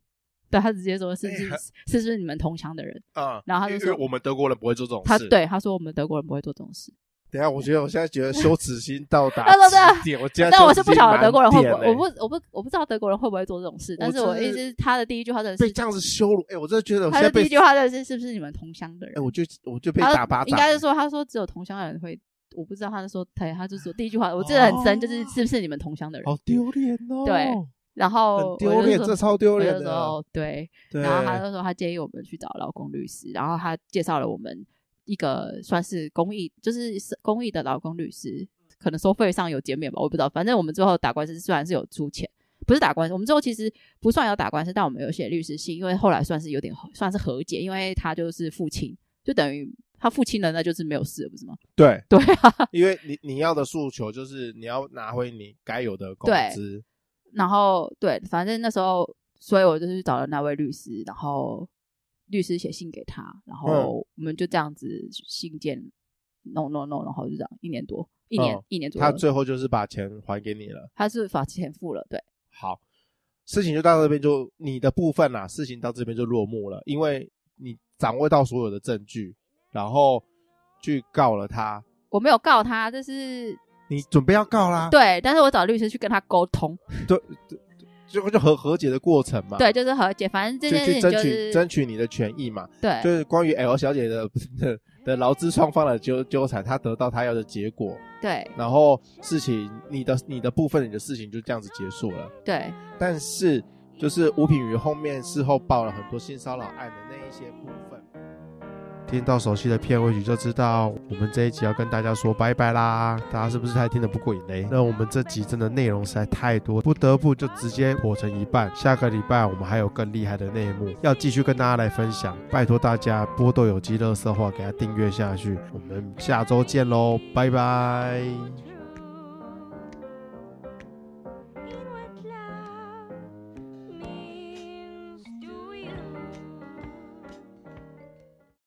S1: 对他直接说是不是、
S2: 哎
S1: 是不是你们同乡的人？
S2: 啊？
S1: 然后他就
S2: 因为
S1: 说
S2: 我们德国人不会做这种
S1: 他
S2: 事。，
S1: 对他说我们德国人不会做这种事，
S2: 等一下我觉得我现在觉得羞耻心到
S1: [laughs]
S2: 达
S1: 对对对
S2: 极点，我今天
S1: 但我
S2: 羞
S1: 是
S2: 耻
S1: 不
S2: 心
S1: 晓得
S2: 满
S1: 德国人会不
S2: 点
S1: 会，我
S2: 欸
S1: 不我不我不知道德国人会不会做这种事，但
S2: 我
S1: 是我
S2: 真
S1: 意
S2: 是
S1: 思是他的第一句话真的
S2: 被
S1: 是
S2: 这样子羞辱，哎、我真的觉得我
S1: 他
S2: 现在
S1: 的第
S2: 被
S1: 一句话真的是是不是你们同乡的人
S2: 哎、？我就我就被
S1: 他
S2: 打巴掌，
S1: 应该是说，他说只有同乡的人会，我不知道他是说他，他就说第一句话，我记得很深，就是是不是你们同乡的人？
S2: 好丢脸哦哦，
S1: 对然后
S2: 很
S1: 我就
S2: 丢脸，
S1: 说
S2: 这超丢
S1: 我
S2: 脸
S1: 就说
S2: 的。啊
S1: 哦对，
S2: 对，
S1: 然后他就说他建议我们去找劳工律师，然后他介绍了我们一个算是公益，就是是公益的劳工律师，可能收费上有减免吧，我不知道，反正我们最后打官司虽然是有出钱，不是打官司，我们之后其实不算有打官司，但我们有写律师信，因为后来算是有点算是和解，因为他就是父亲，就等于他父亲了，那就是没有事了，不是吗？
S2: 对，
S1: 对啊，
S2: 因为你你要的诉求就是你要拿回你该有的工资，
S1: 然后对，反正那时候，所以我就去找了那位律师，然后律师写信给他，
S2: 嗯
S1: 然后我们就这样子信件弄弄弄，然后就这样一年多，一年、
S2: 嗯
S1: 一年左右，
S2: 他最后就是把钱还给你了。
S1: 他是把钱付了，对。
S2: 好，事情就到这边就你的部分啦，事情到这边就落幕了，因为你掌握到所有的证据，然后去告了他，
S1: 我没有告他，这是
S2: 你准备要告啦，
S1: 对，但是我找律师去跟他沟通，
S2: 最后就和和解的过程嘛，，
S1: 对，就是和解，反正这
S2: 啊就
S1: 件事情
S2: 去争
S1: 就
S2: 取
S1: 是
S2: 争取你的权益嘛，就
S1: 对
S2: 是关于 L 小姐的 [laughs] 的的劳资双方的纠纠缠，她得到她要的结果，
S1: 对
S2: 然后事情你的你的部分你的事情就这样子结束了。
S1: 对
S2: 但是就是吴品瑜后面事后爆了很多性骚扰案的那一些部分。听到熟悉的片尾曲就知道，我们这一集要跟大家说拜拜啦！大家是不是还听得不过瘾嘞？那我们这集真的内容实在太多，不得不就直接火成一半。下个礼拜我们还有更厉害的内幕要继续跟大家来分享，拜托大家波豆有机乐色话给它订阅下去。我们下周见喽，拜拜！